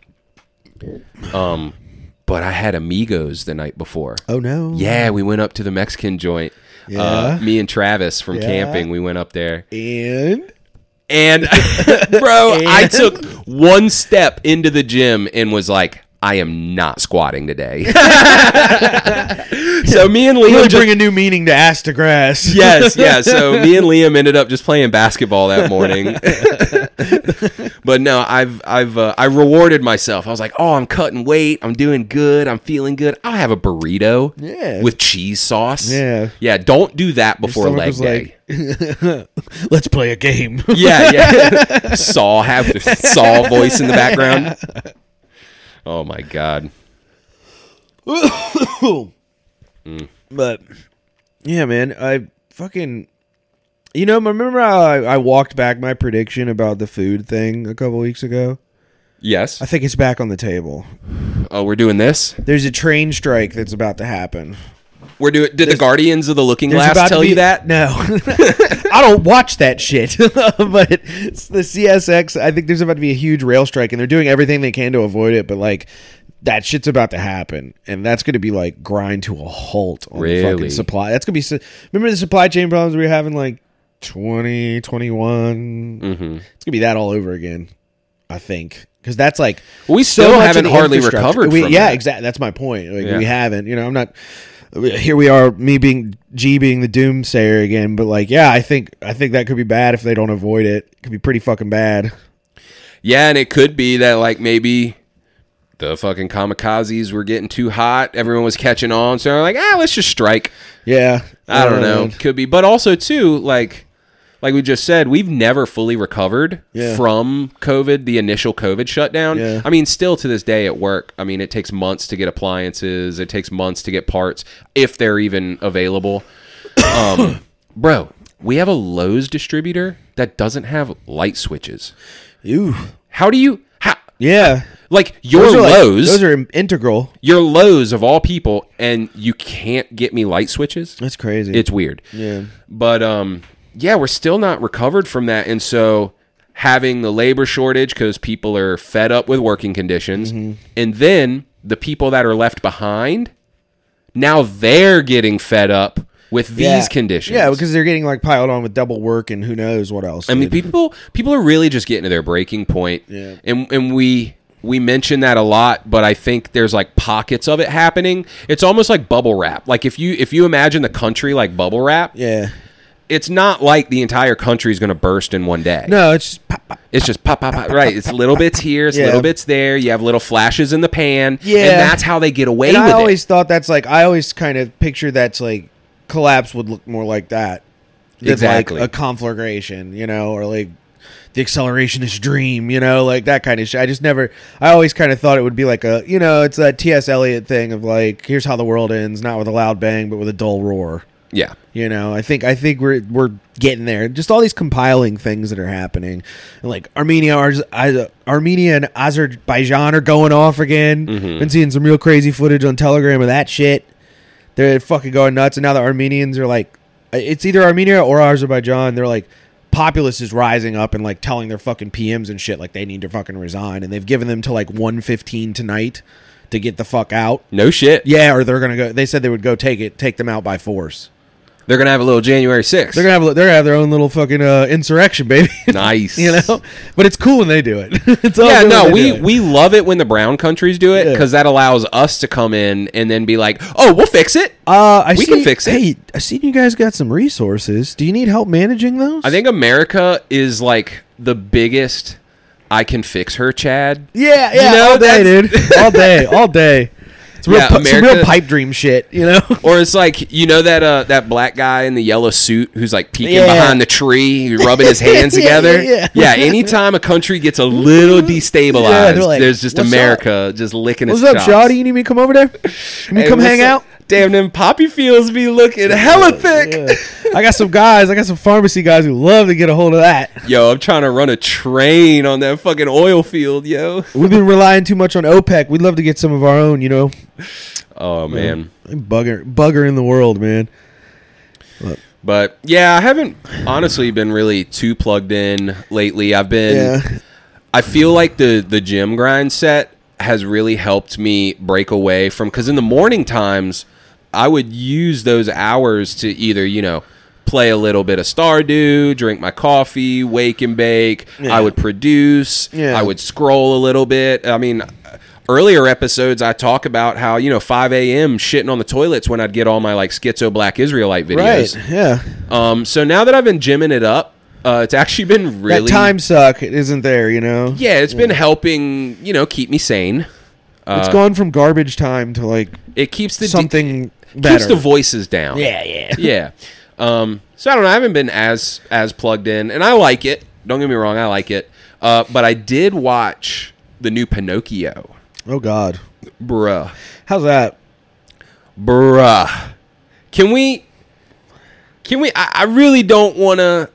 Speaker 2: Um, But I had amigos the night before.
Speaker 1: oh no,
Speaker 2: Yeah, we went up to the Mexican joint. Uh, me and Travis from camping, we went up there.
Speaker 1: and
Speaker 2: And bro, I took one step into the gym and was like, I am not squatting today. so me and Liam
Speaker 1: really
Speaker 2: just,
Speaker 1: bring a new meaning to ass to grass.
Speaker 2: yes, yeah. So me and Liam ended up just playing basketball that morning. but no, I've I've uh, I rewarded myself. I was like, oh, I'm cutting weight. I'm doing good. I'm feeling good. I'll have a burrito.
Speaker 1: Yeah.
Speaker 2: With cheese sauce.
Speaker 1: Yeah.
Speaker 2: Yeah. Don't do that before leg day.
Speaker 1: Let's play a game.
Speaker 2: Yeah, yeah. Saw have the Saw voice in the background. Oh my god. Mm.
Speaker 1: But yeah, man, I fucking you know, remember how I, I walked back my prediction about the food thing a couple weeks ago?
Speaker 2: Yes.
Speaker 1: I think it's back on the table.
Speaker 2: Oh, we're doing this.
Speaker 1: There's a train strike that's about to happen.
Speaker 2: We're doing. Did the Guardians of the Looking Glass
Speaker 1: about to
Speaker 2: tell
Speaker 1: be-
Speaker 2: you that?
Speaker 1: No, I don't watch that shit. but it's the CSX. I think there's about to be a huge rail strike, and they're doing everything they can to avoid it. But like, that shit's about to happen, and that's going to be like grind to a halt on the
Speaker 2: Really?
Speaker 1: fucking supply. That's going to be. su- Remember the supply chain problems we were having like 20, 21? It's going to be that all over again. I think because that's like
Speaker 2: We
Speaker 1: so
Speaker 2: still
Speaker 1: much of
Speaker 2: haven't
Speaker 1: the
Speaker 2: hardly
Speaker 1: infrastructure-
Speaker 2: recovered
Speaker 1: We,
Speaker 2: from
Speaker 1: yeah,
Speaker 2: that.
Speaker 1: exactly. That's my point. Like,
Speaker 2: Yeah.
Speaker 1: We haven't. You know, I'm not. Here we are, me being G being the doomsayer again. But like, yeah, I think I think that could be bad if they don't avoid it. It could be pretty fucking bad.
Speaker 2: Yeah, and it could be that like maybe the fucking kamikazes were getting too hot. Everyone was catching on, so they're like, ah, let's just strike.
Speaker 1: Yeah, Uh,
Speaker 2: I don't know.
Speaker 1: man.
Speaker 2: Could be, but also too like. Like we just said, we've never fully recovered
Speaker 1: Yeah.
Speaker 2: from COVID, the initial COVID shutdown.
Speaker 1: Yeah.
Speaker 2: I mean, still to this day at work, I mean, it takes months to get appliances, it takes months to get parts if they're even available. Um, bro, we have a Lowe's distributor that doesn't have light switches.
Speaker 1: Ooh,
Speaker 2: How do you how
Speaker 1: Yeah.
Speaker 2: like your
Speaker 1: Those are like-
Speaker 2: lows,
Speaker 1: those are integral.
Speaker 2: your lows of all people, and you can't get me light switches?
Speaker 1: That's crazy.
Speaker 2: It's weird.
Speaker 1: Yeah.
Speaker 2: But um, yeah, we're still not recovered from that, and so having the labor shortage because people are fed up with working conditions,
Speaker 1: Mm-hmm.
Speaker 2: and then the people that are left behind, now they're getting fed up with these
Speaker 1: Yeah.
Speaker 2: conditions.
Speaker 1: Yeah, because they're getting like piled on with double work and who knows what else.
Speaker 2: I mean,
Speaker 1: dude.
Speaker 2: people people are really just getting to their breaking point.
Speaker 1: Yeah.
Speaker 2: And and we we mention that a lot, but I think there's like pockets of it happening. It's almost like bubble wrap. Like if you if you imagine the country like bubble wrap,
Speaker 1: yeah.
Speaker 2: it's not like the entire country is going to burst in one day.
Speaker 1: No, it's just pop, pop.
Speaker 2: It's just pop pop pop. Right. It's little bits here, it's
Speaker 1: Yeah.
Speaker 2: little bits there. You have little flashes in the pan.
Speaker 1: Yeah.
Speaker 2: And that's how they get away
Speaker 1: And
Speaker 2: with
Speaker 1: I
Speaker 2: it.
Speaker 1: always thought that's like I always kind of picture that's like collapse would look more like that than
Speaker 2: Exactly.
Speaker 1: like a conflagration, you know, or like the accelerationist dream, you know, like that kind of shit. I just never. I always kind of thought it would be like a you know, it's that T. S. Eliot thing of like here's how the world ends, not with a loud bang, but with a dull roar.
Speaker 2: yeah.
Speaker 1: You know, I think I think we're we're getting there. Just all these compiling things that are happening, like Armenia, Arz- I- Armenia and Azerbaijan are going off again. Been seeing some real crazy footage on Telegram of that shit. They're fucking going nuts, and now the Armenians are like, it's either Armenia or Azerbaijan. They're like, populace is rising up and like telling their fucking PMs and shit like they need to fucking resign, and they've given them to like one fifteen tonight to get the fuck out.
Speaker 2: No shit.
Speaker 1: Yeah, or they're gonna go. They said they would go take it, take them out by force.
Speaker 2: They're going to have a little January 6th.
Speaker 1: They're gonna have they're gonna have their own little fucking uh, insurrection, baby.
Speaker 2: nice.
Speaker 1: you know, but it's cool when they do it. it's all
Speaker 2: Yeah,
Speaker 1: good
Speaker 2: no,
Speaker 1: when they
Speaker 2: we,
Speaker 1: do it.
Speaker 2: we love it when the brown countries do it
Speaker 1: Yeah.
Speaker 2: because that allows us to come in and then be like, oh, we'll fix it.
Speaker 1: uh, I
Speaker 2: we
Speaker 1: see,
Speaker 2: can fix it.
Speaker 1: Hey, I seen you guys got some resources. Do you need help managing those?
Speaker 2: I think America is like the biggest I can fix her, Chad.
Speaker 1: Yeah, yeah,
Speaker 2: You know,
Speaker 1: all day,
Speaker 2: that's-
Speaker 1: dude. All day, all day. It's real,
Speaker 2: Yeah,
Speaker 1: pi- some real
Speaker 2: America-
Speaker 1: pipe dream shit, you know.
Speaker 2: Or it's like you know that uh, that black guy in the yellow suit who's like peeking
Speaker 1: Yeah.
Speaker 2: behind the tree, rubbing his hands
Speaker 1: Yeah,
Speaker 2: together.
Speaker 1: yeah,
Speaker 2: Yeah,
Speaker 1: yeah.
Speaker 2: anytime a country gets a little
Speaker 1: Yeah,
Speaker 2: destabilized,
Speaker 1: they're like,
Speaker 2: there's just
Speaker 1: "What's
Speaker 2: America just licking
Speaker 1: What's
Speaker 2: its
Speaker 1: up,
Speaker 2: chops.
Speaker 1: Shoddy? You need me to come over there? You need me
Speaker 2: Hey,
Speaker 1: to come
Speaker 2: what's
Speaker 1: hang
Speaker 2: up?
Speaker 1: out?
Speaker 2: Damn, them poppy fields be looking hella thick.
Speaker 1: Yeah. I got some guys. I got some pharmacy guys who love to get a hold of that.
Speaker 2: Yo, I'm trying to run a train on that fucking oil field, yo.
Speaker 1: We've been relying too much on OPEC. We'd love to get some of our own, you know.
Speaker 2: Oh man.
Speaker 1: Bugger, bugger in the world, man.
Speaker 2: But yeah, I haven't honestly been really too plugged in lately. I've been
Speaker 1: Yeah.
Speaker 2: I feel like the the gym grind set has really helped me break away from cuz in the morning times I would use those hours to either, you know, play a little bit of Stardew, drink my coffee, wake and bake. I would produce.
Speaker 1: Yeah.
Speaker 2: I would scroll a little bit. I mean, earlier episodes I talk about how, you know, 5 a.m. shitting on the toilets when I'd get all my like schizo black Israelite videos.
Speaker 1: Right. Yeah.
Speaker 2: Um, so now that I've been gymming it up, uh, it's actually been really
Speaker 1: That time suck isn't there, you know?
Speaker 2: Yeah, it's been helping. You know, keep me sane.
Speaker 1: it's gone from garbage time to like
Speaker 2: It keeps the
Speaker 1: something better.
Speaker 2: keeps the voices down.
Speaker 1: yeah, yeah.
Speaker 2: yeah. Um, so I don't know. I haven't been as as plugged in, and I like it. Don't get me wrong, I like it. Uh, but I did watch the new Pinocchio,
Speaker 1: Oh god.
Speaker 2: bruh,
Speaker 1: How's that?
Speaker 2: bruh. Can we? Can we? I, I really don't want to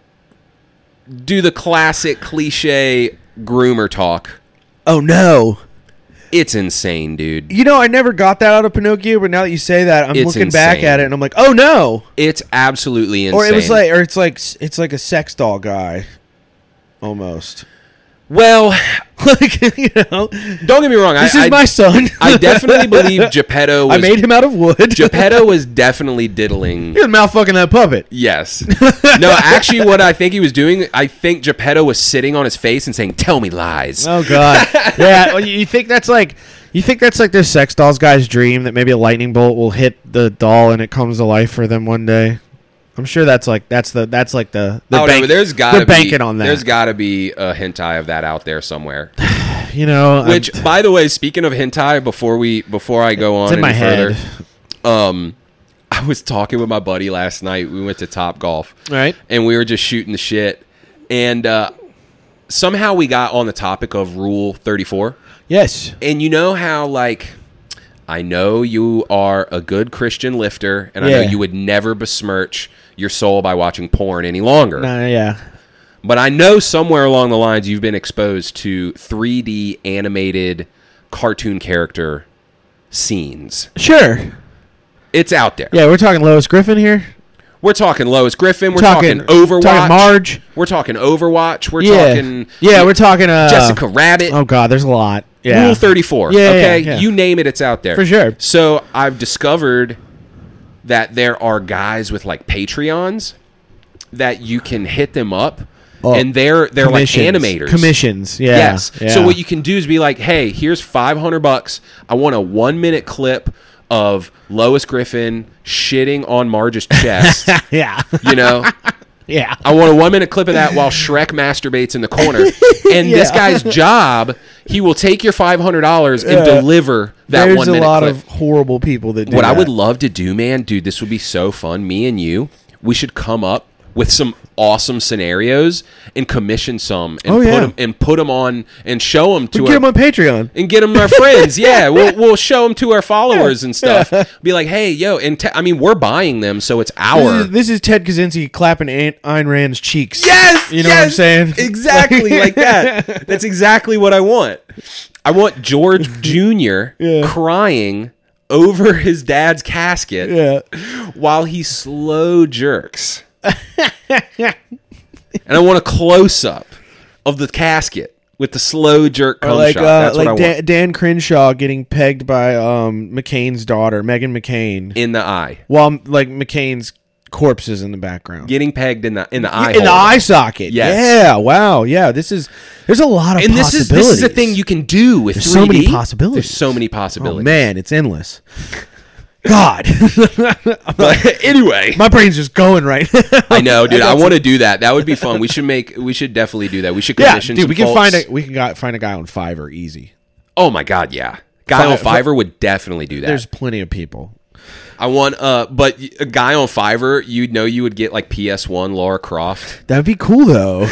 Speaker 2: do the classic cliche groomer talk.
Speaker 1: Oh no.
Speaker 2: It's insane, dude.
Speaker 1: You know, I never got that out of Pinocchio, but now that you say that, I'm
Speaker 2: It's
Speaker 1: looking back
Speaker 2: insane.
Speaker 1: at it and I'm like, "Oh no."
Speaker 2: It's absolutely insane.
Speaker 1: Or it was like or it's like it's like a sex doll guy almost.
Speaker 2: well,
Speaker 1: like, you know,
Speaker 2: don't get me wrong.
Speaker 1: this
Speaker 2: I,
Speaker 1: is
Speaker 2: I-
Speaker 1: my son.
Speaker 2: I definitely believe Geppetto. Was,
Speaker 1: I made him out of wood.
Speaker 2: Geppetto was definitely diddling.
Speaker 1: He was mouth fucking that puppet.
Speaker 2: Yes. No, actually, what I think he was doing, I think Geppetto was sitting on his face and saying, "Tell me lies."
Speaker 1: Oh god. yeah. Well, you you think that's like you think that's like this sex dolls guy's dream that maybe a lightning bolt will hit the doll and it comes to life for them one day. I'm sure that's like that's the that's like the, the
Speaker 2: I don't know,
Speaker 1: bank-
Speaker 2: but there's gotta
Speaker 1: they're
Speaker 2: be,
Speaker 1: banking on
Speaker 2: There's
Speaker 1: that.
Speaker 2: gotta be a hentai of that out there somewhere.
Speaker 1: you know, I'm-
Speaker 2: Which, by the way, speaking of hentai, before we before I go on
Speaker 1: it's in my
Speaker 2: any further,
Speaker 1: head.
Speaker 2: um, I was talking with my buddy last night. We went to Top Golf.
Speaker 1: Right.
Speaker 2: and we were just shooting the shit. And uh, somehow we got on the topic of Rule 34.
Speaker 1: Yes.
Speaker 2: And you know how, like, I know you are a good Christian lifter, and I know
Speaker 1: Yeah.
Speaker 2: you would never besmirch your soul by watching porn any longer.
Speaker 1: Uh, yeah.
Speaker 2: But I know somewhere along the lines you've been exposed to 3D animated cartoon character scenes.
Speaker 1: Sure.
Speaker 2: It's out there.
Speaker 1: Yeah, we're talking Lois Griffin here.
Speaker 2: We're talking Lois Griffin. We're
Speaker 1: Talking-
Speaker 2: talking, Overwatch.
Speaker 1: talking Marge.
Speaker 2: We're talking Overwatch. We're
Speaker 1: yeah.
Speaker 2: talking
Speaker 1: yeah, we're talking uh,
Speaker 2: Jessica Rabbit.
Speaker 1: Oh God, there's a lot. Yeah.
Speaker 2: Rule 34.
Speaker 1: Yeah, yeah,
Speaker 2: okay.
Speaker 1: yeah.
Speaker 2: You name it, it's out there.
Speaker 1: For sure.
Speaker 2: So I've discovered that there are guys with like Patreons that you can hit them up
Speaker 1: Oh,
Speaker 2: and they're they're like
Speaker 1: Commissions.
Speaker 2: animators.
Speaker 1: Commissions. Yeah.
Speaker 2: Yes.
Speaker 1: Yeah.
Speaker 2: So what you can do is be like, hey, here's 500 bucks. I want a one minute clip of Lois Griffin shitting on Marge's chest.
Speaker 1: Yeah.
Speaker 2: you know,
Speaker 1: yeah.
Speaker 2: I want a one minute clip of that while Shrek masturbates in the corner. And this
Speaker 1: Yeah.
Speaker 2: guy's job, he will take your five hundred dollars and deliver that
Speaker 1: There's
Speaker 2: one
Speaker 1: a
Speaker 2: minute
Speaker 1: lot
Speaker 2: clip.
Speaker 1: of horrible people that do
Speaker 2: what I
Speaker 1: that.
Speaker 2: would love to do, man, dude, this would be so fun. Me and you, we should come up with some awesome scenarios and commission some and
Speaker 1: Oh,
Speaker 2: put
Speaker 1: yeah.
Speaker 2: them and put 'em on and show them to
Speaker 1: We get
Speaker 2: our,
Speaker 1: them on Patreon.
Speaker 2: and get them our friends. Yeah, we'll, we'll show them to our followers and stuff. Be like, hey, yo, and te- I mean, we're buying them, so it's
Speaker 1: This
Speaker 2: our.
Speaker 1: is, this is Ted Kaczynski clapping Aunt Ayn Rand's cheeks.
Speaker 2: Yes,
Speaker 1: You know what I'm
Speaker 2: yes,
Speaker 1: saying?
Speaker 2: Exactly like that. That's exactly what I want. I want George Jr. crying over his dad's casket
Speaker 1: Yeah.
Speaker 2: while he slow jerks. and I want a close up of the casket with the slow jerk
Speaker 1: Or
Speaker 2: cum
Speaker 1: like
Speaker 2: shot.
Speaker 1: uh,
Speaker 2: That's what I
Speaker 1: like
Speaker 2: want.
Speaker 1: Dan, Dan Crenshaw getting pegged by um, McCain's daughter, Megan McCain,
Speaker 2: in the eye.
Speaker 1: while like McCain's corpse is in the background.
Speaker 2: Getting pegged in the in the eye.
Speaker 1: in the
Speaker 2: hole.
Speaker 1: eye socket.
Speaker 2: Yes.
Speaker 1: Yeah. Wow. Yeah. This is. There's a lot of
Speaker 2: And this is this is a
Speaker 1: possibilities.
Speaker 2: thing you can do with
Speaker 1: There's so many
Speaker 2: 3D.
Speaker 1: possibilities.
Speaker 2: There's so many
Speaker 1: Oh,
Speaker 2: possibilities.
Speaker 1: man, it's endless. God,
Speaker 2: But anyway,
Speaker 1: Oh, my brain's just going right.
Speaker 2: I know, dude. I want to do that. That would be fun. We should make. We should definitely do that. We should
Speaker 1: yeah,
Speaker 2: commission.
Speaker 1: dude,
Speaker 2: some
Speaker 1: we can
Speaker 2: folks.
Speaker 1: find a we can gu find a guy on Fiverr easy.
Speaker 2: Oh my god, yeah. Guy
Speaker 1: Fi-
Speaker 2: on Fiverr would definitely do that.
Speaker 1: There's plenty of people.
Speaker 2: I want. Uh, but y- a guy on Fiverr, you'd know you would get like PS One Laura Croft.
Speaker 1: That'd be cool though.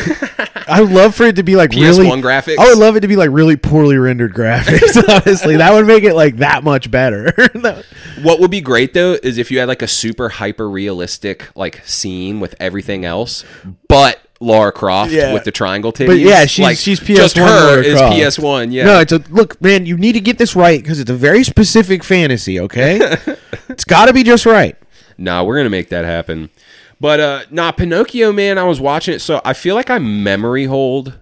Speaker 1: I would love for it to be like
Speaker 2: PS1
Speaker 1: really
Speaker 2: graphics?
Speaker 1: I would love it to be like really poorly rendered graphics. Honestly, that would make it like that much better. That-
Speaker 2: What would be great though is if you had like a super hyper realistic like scene with everything else, but Laura Croft
Speaker 1: Yeah.
Speaker 2: with the triangle titties.
Speaker 1: but yeah, she's
Speaker 2: like,
Speaker 1: she's PS1.
Speaker 2: Just her
Speaker 1: Lara
Speaker 2: is
Speaker 1: Croft.
Speaker 2: PS One. Yeah.
Speaker 1: No, it's a look, man. You need to get this right because it's a very specific fantasy. Okay, it's got to be just right.
Speaker 2: nah, we're gonna make that happen. But uh nah, Pinocchio, man, I was watching it, so I feel like I memory hold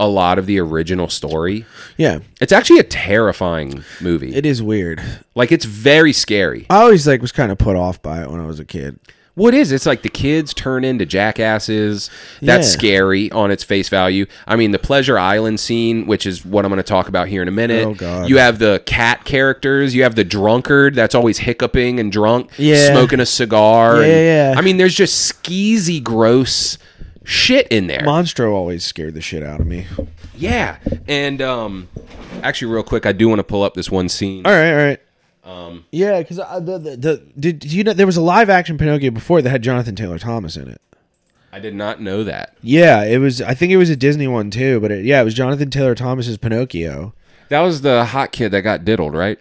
Speaker 2: a lot of the original story.
Speaker 1: Yeah,
Speaker 2: It's actually a terrifying movie.
Speaker 1: it is weird.
Speaker 2: like it's very scary.
Speaker 1: I always like was kind of put off by it when I was a kid.
Speaker 2: What is? It's like the kids turn into jackasses. That's
Speaker 1: Yeah.
Speaker 2: scary on its face value. I mean, the Pleasure Island scene, which is what I'm going to talk about here in a minute.
Speaker 1: Oh, God.
Speaker 2: You have the cat characters. You have the drunkard that's always hiccuping and drunk,
Speaker 1: Yeah.
Speaker 2: smoking a cigar.
Speaker 1: Yeah, yeah.
Speaker 2: and- I mean, there's just skeezy, gross shit in there.
Speaker 1: Monstro always scared the shit out of me. All
Speaker 2: yeah, and um, actually, real quick, I do want to pull up this one scene.
Speaker 1: right, all right. Um, yeah, because the, the, the did, did you know there was a live action Pinocchio before that had Jonathan Taylor Thomas in it.
Speaker 2: I did not know that.
Speaker 1: Yeah, it was. I think it was a Disney one too, but it, yeah, it was Jonathan Taylor Thomas's Pinocchio.
Speaker 2: That was the hot kid that got diddled, right?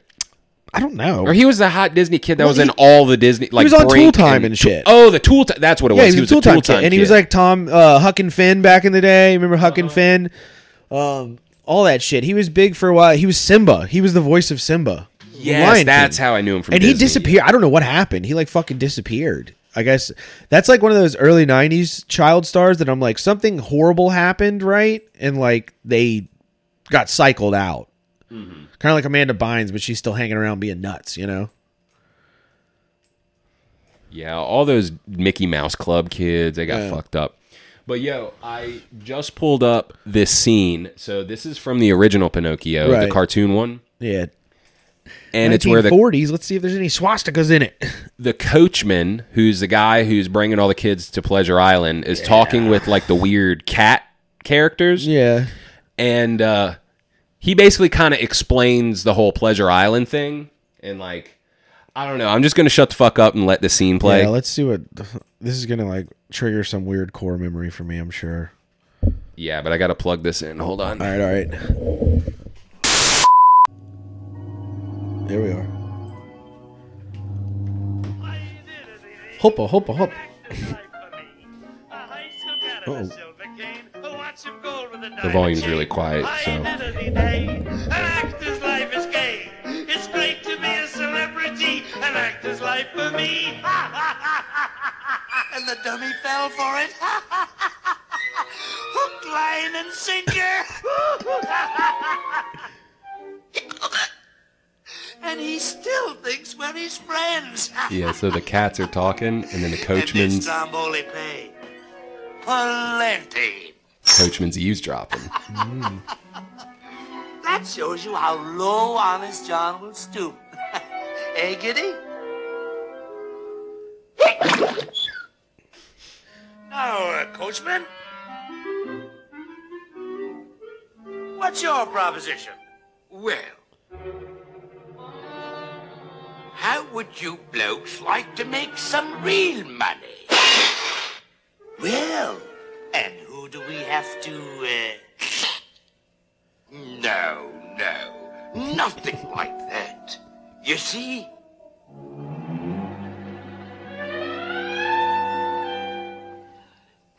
Speaker 1: I don't know.
Speaker 2: Or he was the hot Disney kid that was
Speaker 1: he-
Speaker 2: in all the Disney. Like
Speaker 1: was on
Speaker 2: Brink
Speaker 1: Tool Time and
Speaker 2: Tool-
Speaker 1: shit.
Speaker 2: Oh, the Tool Time. That's what it was.
Speaker 1: yeah, he was, a Tool Time kid, Uh-huh. and he was like Tom uh, Huck and Finn back in the day. Remember Huck and Finn? Um, all that shit. He was big for a while. He was Simba. He was the voice of Simba.
Speaker 2: yes,
Speaker 1: Lion King.
Speaker 2: that's how I knew him from.
Speaker 1: and he
Speaker 2: Disney.
Speaker 1: disappeared. I don't know what happened. He like fucking disappeared. I guess that's like one of those early '90s child stars that I'm like something horrible happened, right? And like they got cycled out, kind of like Amanda Bynes, but she's still hanging around being nuts, you know?
Speaker 2: Yeah, all those Mickey Mouse Club kids, they got fucked up. But yo, I just pulled up this scene. So this is from the original Pinocchio,
Speaker 1: Right.
Speaker 2: the cartoon one,
Speaker 1: Yeah.
Speaker 2: and it's where the
Speaker 1: 40s. Let's see if there's any swastikas in it.
Speaker 2: the coachman, who's the guy who's bringing all the kids to Pleasure Island, is talking with like the weird cat characters.
Speaker 1: yeah.
Speaker 2: and uh, he basically kind of explains the whole Pleasure Island thing, and like, I don't know. I'm just gonna shut the fuck up and let the scene play.
Speaker 1: yeah. Let's see what this is gonna like trigger some weird core memory for me. I'm sure.
Speaker 2: yeah, but I gotta plug this in. Hold on.
Speaker 1: All right. All right. There we are. Hopa, hopa, hopa.
Speaker 4: A high school cat and a silver cane
Speaker 2: Oh. The volume's really quiet, so.
Speaker 4: An actor's life is gay. It's great to be a celebrity. An actor's life for me. and the dummy fell for it. Hook, line, and sinker. and he still thinks we're his friends.
Speaker 2: Yeah, so the cats are talking, and then the
Speaker 4: And this
Speaker 2: coachman's
Speaker 4: Stromboli pay. Plenty.
Speaker 2: coachman's eavesdropping.
Speaker 4: That shows you how low Honest John will stoop. Eh, hey, Giddy? now, uh, coachman. What's your proposition? Well, how would you blokes like to make some real money? Well, and who do we have to, uh, no, no, nothing like that. You see?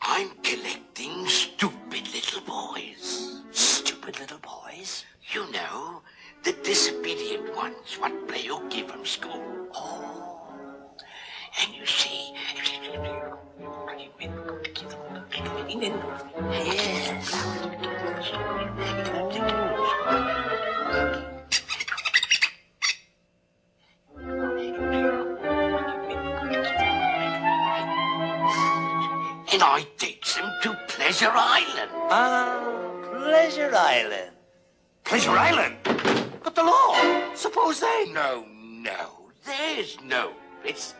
Speaker 4: I'm collecting stupid little boys. Stupid little boys? You know, the disobedient ones what Playokee from school. Oh. And you see, and I takes them to Pleasure Island. Ah, Pleasure Island. Pleasure Island? But the law, suppose they... No, no, there's no risk.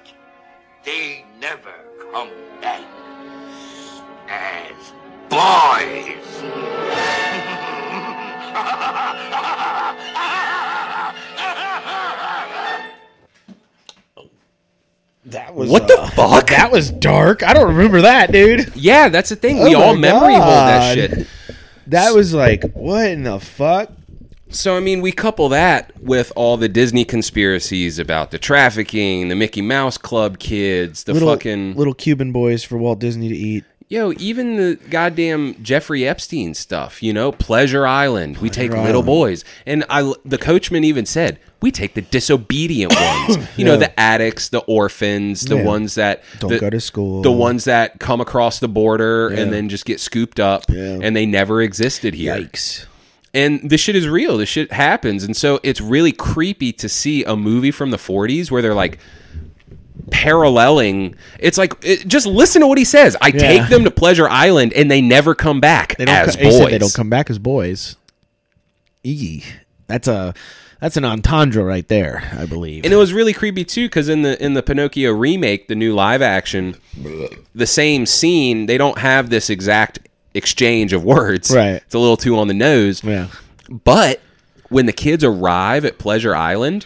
Speaker 4: They never come back as boys.
Speaker 1: That was uh,
Speaker 2: What the fuck?
Speaker 1: That was dark. I don't remember that, dude.
Speaker 2: Yeah, that's the thing. We
Speaker 1: Oh
Speaker 2: all
Speaker 1: my
Speaker 2: memory hold
Speaker 1: God.
Speaker 2: that shit.
Speaker 1: That was like, what in the fuck?
Speaker 2: So I mean, we couple that with all the Disney conspiracies about the trafficking, the Mickey Mouse Club kids, the
Speaker 1: Little
Speaker 2: fucking
Speaker 1: little Cuban boys for Walt Disney to eat.
Speaker 2: yo, even the goddamn Jeffrey Epstein stuff. You know, Pleasure Island. we take little
Speaker 1: Island.
Speaker 2: boys, and I the coachman even said we take the disobedient ones. You know,
Speaker 1: Yeah.
Speaker 2: the addicts, the orphans, the
Speaker 1: Yeah.
Speaker 2: ones that
Speaker 1: Don't
Speaker 2: the-
Speaker 1: go to school.
Speaker 2: the ones that come across the border
Speaker 1: Yeah.
Speaker 2: and then just get scooped up,
Speaker 1: Yeah.
Speaker 2: and they never existed here
Speaker 1: Yikes.
Speaker 2: and this shit is real. This shit happens, and so it's really creepy to see a movie from the '40s where they're like paralleling. It's like it, just listen to what he says. I take them to Pleasure Island, and they never come back
Speaker 1: They don't
Speaker 2: as
Speaker 1: co- he
Speaker 2: boys.
Speaker 1: said they don't come back as boys. Eee. That's a that's an entendre right there, I believe.
Speaker 2: And it was really creepy too, because in the in the Pinocchio remake, the new live action, the same scene, they don't have this exact exchange of words.
Speaker 1: Right.
Speaker 2: it's a little too on the nose.
Speaker 1: yeah.
Speaker 2: But when the kids arrive at Pleasure Island,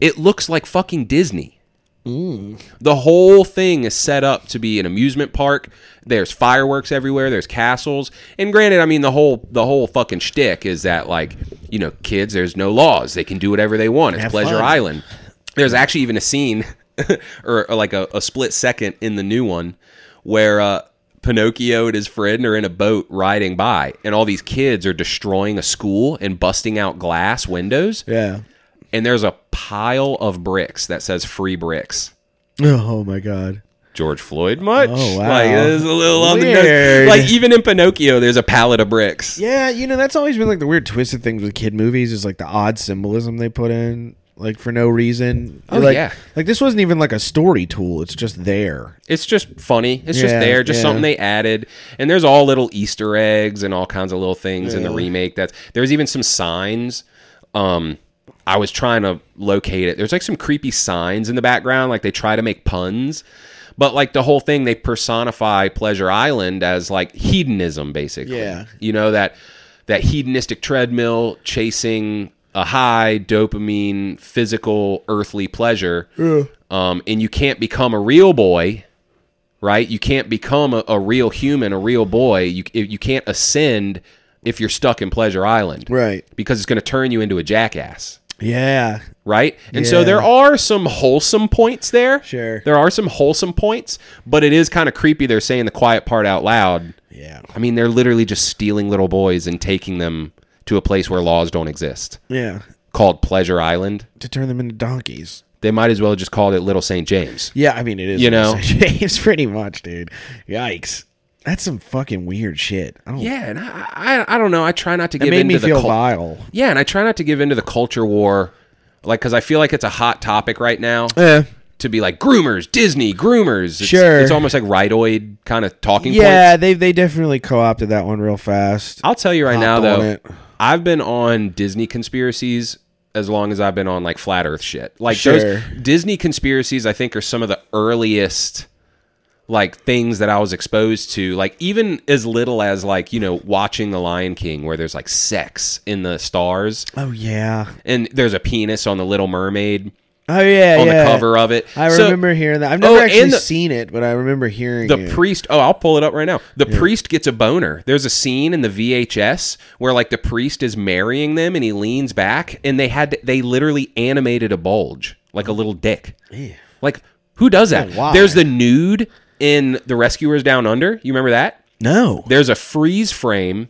Speaker 2: it looks like fucking Disney.
Speaker 1: Mm.
Speaker 2: The whole thing is set up to be an amusement park. There's fireworks everywhere. There's castles. And granted, I mean the whole the whole fucking shtick is that like you know kids, there's no laws. They can do whatever they want. It's
Speaker 1: Have
Speaker 2: Pleasure
Speaker 1: fun.
Speaker 2: Island. There's actually even a scene, or, or like a, a split second in the new one, where uh, Pinocchio and his friend are in a boat riding by, and all these kids are destroying a school and busting out glass windows.
Speaker 1: Yeah.
Speaker 2: And there's a pile of bricks that says "Free Bricks."
Speaker 1: Oh my god.
Speaker 2: George Floyd much?
Speaker 1: Oh, wow.
Speaker 2: Like it is a little on the
Speaker 1: Weird.
Speaker 2: nose. Like even in Pinocchio, there's a pallet of bricks.
Speaker 1: Yeah, you know that's always been like the weird twisted things with kid movies is like the odd symbolism they put in, like for no reason.
Speaker 2: Oh,
Speaker 1: like,
Speaker 2: yeah.
Speaker 1: like this wasn't even like a story tool; it's just there.
Speaker 2: It's just funny. It's just
Speaker 1: Yeah,
Speaker 2: there, just
Speaker 1: yeah.
Speaker 2: something they added. And there's all little Easter eggs and all kinds of little things in the remake. That's there's even some signs. Um, I was trying to locate it. There's like some creepy signs in the background, like they try to make puns. But like the whole thing, they personify Pleasure Island as like hedonism, basically.
Speaker 1: Yeah.
Speaker 2: You know that that hedonistic treadmill chasing a high dopamine physical earthly pleasure. Um, and you can't become a real boy, right? You can't become a, a real human, a real boy. You you can't ascend if you're stuck in Pleasure Island,
Speaker 1: Right.
Speaker 2: Because it's going to turn you into a jackass.
Speaker 1: Yeah.
Speaker 2: right? And so there
Speaker 1: Yeah.
Speaker 2: are some wholesome points there.
Speaker 1: Sure.
Speaker 2: There are some wholesome points, but it is kind of creepy they're saying the quiet part out loud.
Speaker 1: Yeah.
Speaker 2: I mean, they're literally just stealing little boys and taking them to a place where laws don't exist
Speaker 1: Yeah.
Speaker 2: called Pleasure Island.
Speaker 1: To turn them into donkeys.
Speaker 2: They might as well just call it Little St. James.
Speaker 1: Yeah, I mean it is.
Speaker 2: You
Speaker 1: what
Speaker 2: know?
Speaker 1: it says. it's pretty much, dude. Yikes. That's some fucking weird shit. I don't,
Speaker 2: Yeah, and I, I, I don't know. I try not to
Speaker 1: it
Speaker 2: give
Speaker 1: made
Speaker 2: into
Speaker 1: me
Speaker 2: the
Speaker 1: feel
Speaker 2: cul-
Speaker 1: vile.
Speaker 2: Yeah, and I try not to give into the culture war, like because I feel like it's a hot topic right now.
Speaker 1: Eh.
Speaker 2: to be like groomers, Disney groomers. It's,
Speaker 1: Sure.
Speaker 2: it's almost like rightoid kind of talking. points.
Speaker 1: Yeah, they they definitely co-opted that one real fast.
Speaker 2: I'll tell you right
Speaker 1: Hopped
Speaker 2: now though,
Speaker 1: on it.
Speaker 2: I've been on Disney conspiracies as long as I've been on like flat Earth shit. Like
Speaker 1: Sure.
Speaker 2: those Disney conspiracies, I think, are some of the earliest like things that I was exposed to. Like even as little as like you know watching The Lion King, where there's like sex in the stars
Speaker 1: Oh yeah.
Speaker 2: and there's a penis on the Little Mermaid
Speaker 1: Oh yeah.
Speaker 2: on
Speaker 1: yeah.
Speaker 2: the cover of it.
Speaker 1: I
Speaker 2: So-
Speaker 1: remember hearing that. I've never
Speaker 2: Oh,
Speaker 1: actually
Speaker 2: and the-
Speaker 1: seen it, but I remember hearing
Speaker 2: the
Speaker 1: it.
Speaker 2: priest oh i'll pull it up right now the priest gets a boner there's a scene in the vhs where like the priest is marrying them and he leans back and they had to, they literally animated a bulge like a little dick like who does that
Speaker 1: why?
Speaker 2: there's the nude in the rescuers down under you remember that
Speaker 1: no.
Speaker 2: there's a freeze frame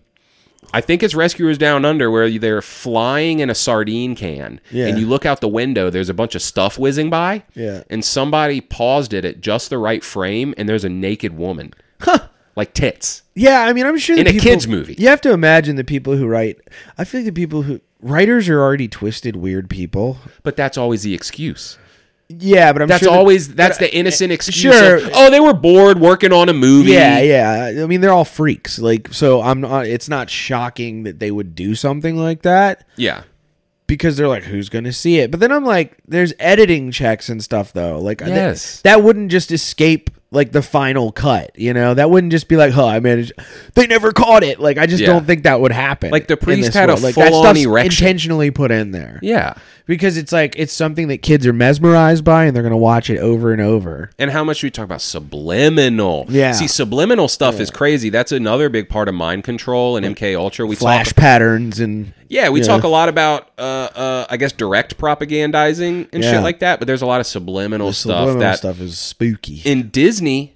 Speaker 2: I think it's Rescuers Down Under where they're flying in a sardine can,
Speaker 1: Yeah.
Speaker 2: and you look out the window. There's a bunch of stuff whizzing by,
Speaker 1: Yeah.
Speaker 2: and somebody paused it at just the right frame, and there's a naked woman, like tits.
Speaker 1: Yeah, I mean, I'm sure
Speaker 2: In
Speaker 1: the
Speaker 2: a kids' movie.
Speaker 1: You have to imagine the people who write. I feel like the people who writers are already twisted, weird people.
Speaker 2: But that's always the excuse.
Speaker 1: Yeah, but I'm
Speaker 2: That's
Speaker 1: sure that-
Speaker 2: always that's the innocent excuse.
Speaker 1: sure.
Speaker 2: of, oh, they were bored working on a movie.
Speaker 1: Yeah, yeah. I mean, they're all freaks. Like, so I'm not. It's not shocking that they would do something like that
Speaker 2: yeah.
Speaker 1: because they're like, who's going to see it? But then I'm like, there's editing checks and stuff, though. Like, I-
Speaker 2: Yes.
Speaker 1: that, wouldn't just escape like the final cut. You know, that wouldn't just be like, huh, I managed. They never caught it. Like, I just
Speaker 2: Yeah.
Speaker 1: don't think that would happen.
Speaker 2: Like, the
Speaker 1: in
Speaker 2: priest
Speaker 1: this
Speaker 2: had a
Speaker 1: world. Like, that
Speaker 2: full-on
Speaker 1: stuff's
Speaker 2: erection.
Speaker 1: intentionally put in there.
Speaker 2: Yeah.
Speaker 1: Because it's like it's something that kids are mesmerized by, and they're going to watch it over and over.
Speaker 2: and how much we talk about subliminal.
Speaker 1: Yeah.
Speaker 2: See, subliminal stuff is crazy. That's another big part of mind control and MK Ultra. We
Speaker 1: Flash
Speaker 2: talk,
Speaker 1: patterns and
Speaker 2: yeah, we
Speaker 1: Yeah.
Speaker 2: talk a lot about, uh, uh, I guess, direct propagandizing and
Speaker 1: Yeah.
Speaker 2: shit like that. But there's a lot of subliminal stuff
Speaker 1: subliminal
Speaker 2: that
Speaker 1: stuff is spooky.
Speaker 2: in Disney.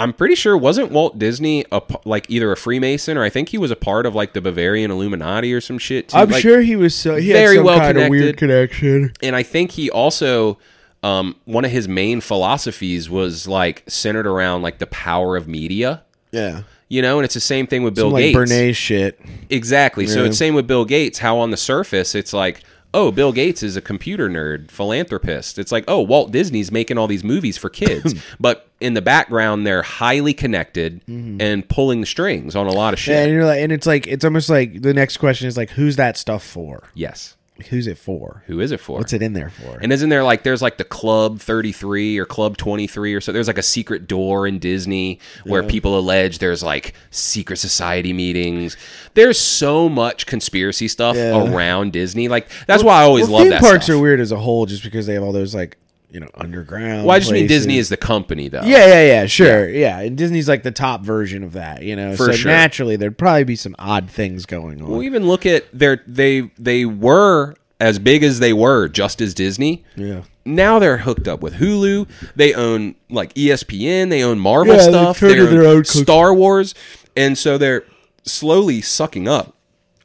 Speaker 2: I'm pretty sure wasn't Walt Disney a, p- like either a Freemason or I think he was a part of like the Bavarian Illuminati or some shit. Too.
Speaker 1: I'm
Speaker 2: Like,
Speaker 1: sure he was so he had
Speaker 2: very
Speaker 1: some
Speaker 2: well
Speaker 1: kind of weird
Speaker 2: connected.
Speaker 1: connection.
Speaker 2: and I think he also um, one of his main philosophies was like centered around like the power of media.
Speaker 1: Yeah,
Speaker 2: You know, and it's the same thing with Bill
Speaker 1: some like
Speaker 2: Gates.
Speaker 1: Bernays shit.
Speaker 2: Exactly. So
Speaker 1: Yeah.
Speaker 2: it's same with Bill Gates. How on the surface it's like, oh, Bill Gates is a computer nerd, philanthropist. It's like, oh, Walt Disney's making all these movies for kids, but in the background they're highly connected and pulling the strings on a lot of shit.
Speaker 1: Mm-hmm. And you're like, and it's like it's almost like the next question is like, who's that stuff for?
Speaker 2: yes.
Speaker 1: Who's it for?
Speaker 2: Who is it for?
Speaker 1: What's it in there for?
Speaker 2: And isn't there like there's like the Club 33 or Club 23 or so? There's like a secret door in Disney where people allege there's like secret society meetings. There's so much conspiracy stuff
Speaker 1: Yeah.
Speaker 2: around Disney. Like that's why I always
Speaker 1: Well,
Speaker 2: love
Speaker 1: theme
Speaker 2: that.
Speaker 1: parks
Speaker 2: stuff.
Speaker 1: are weird as a whole, just because they have all those like you know underground.
Speaker 2: Well, I just mean
Speaker 1: places.
Speaker 2: Disney is the company though.
Speaker 1: Yeah, yeah, yeah, sure, yeah. And Disney's like the top version of that, you know. so
Speaker 2: For sure.
Speaker 1: naturally, there'd probably be some odd things going on.
Speaker 2: Well, even look at their they they were as big as they were, just as Disney.
Speaker 1: yeah,
Speaker 2: Now they're hooked up with Hulu. They own like E ESPN. They own Marvel
Speaker 1: Yeah, they've
Speaker 2: stuff. They
Speaker 1: created
Speaker 2: own
Speaker 1: their own cookie-
Speaker 2: Star Wars, and so they're slowly sucking up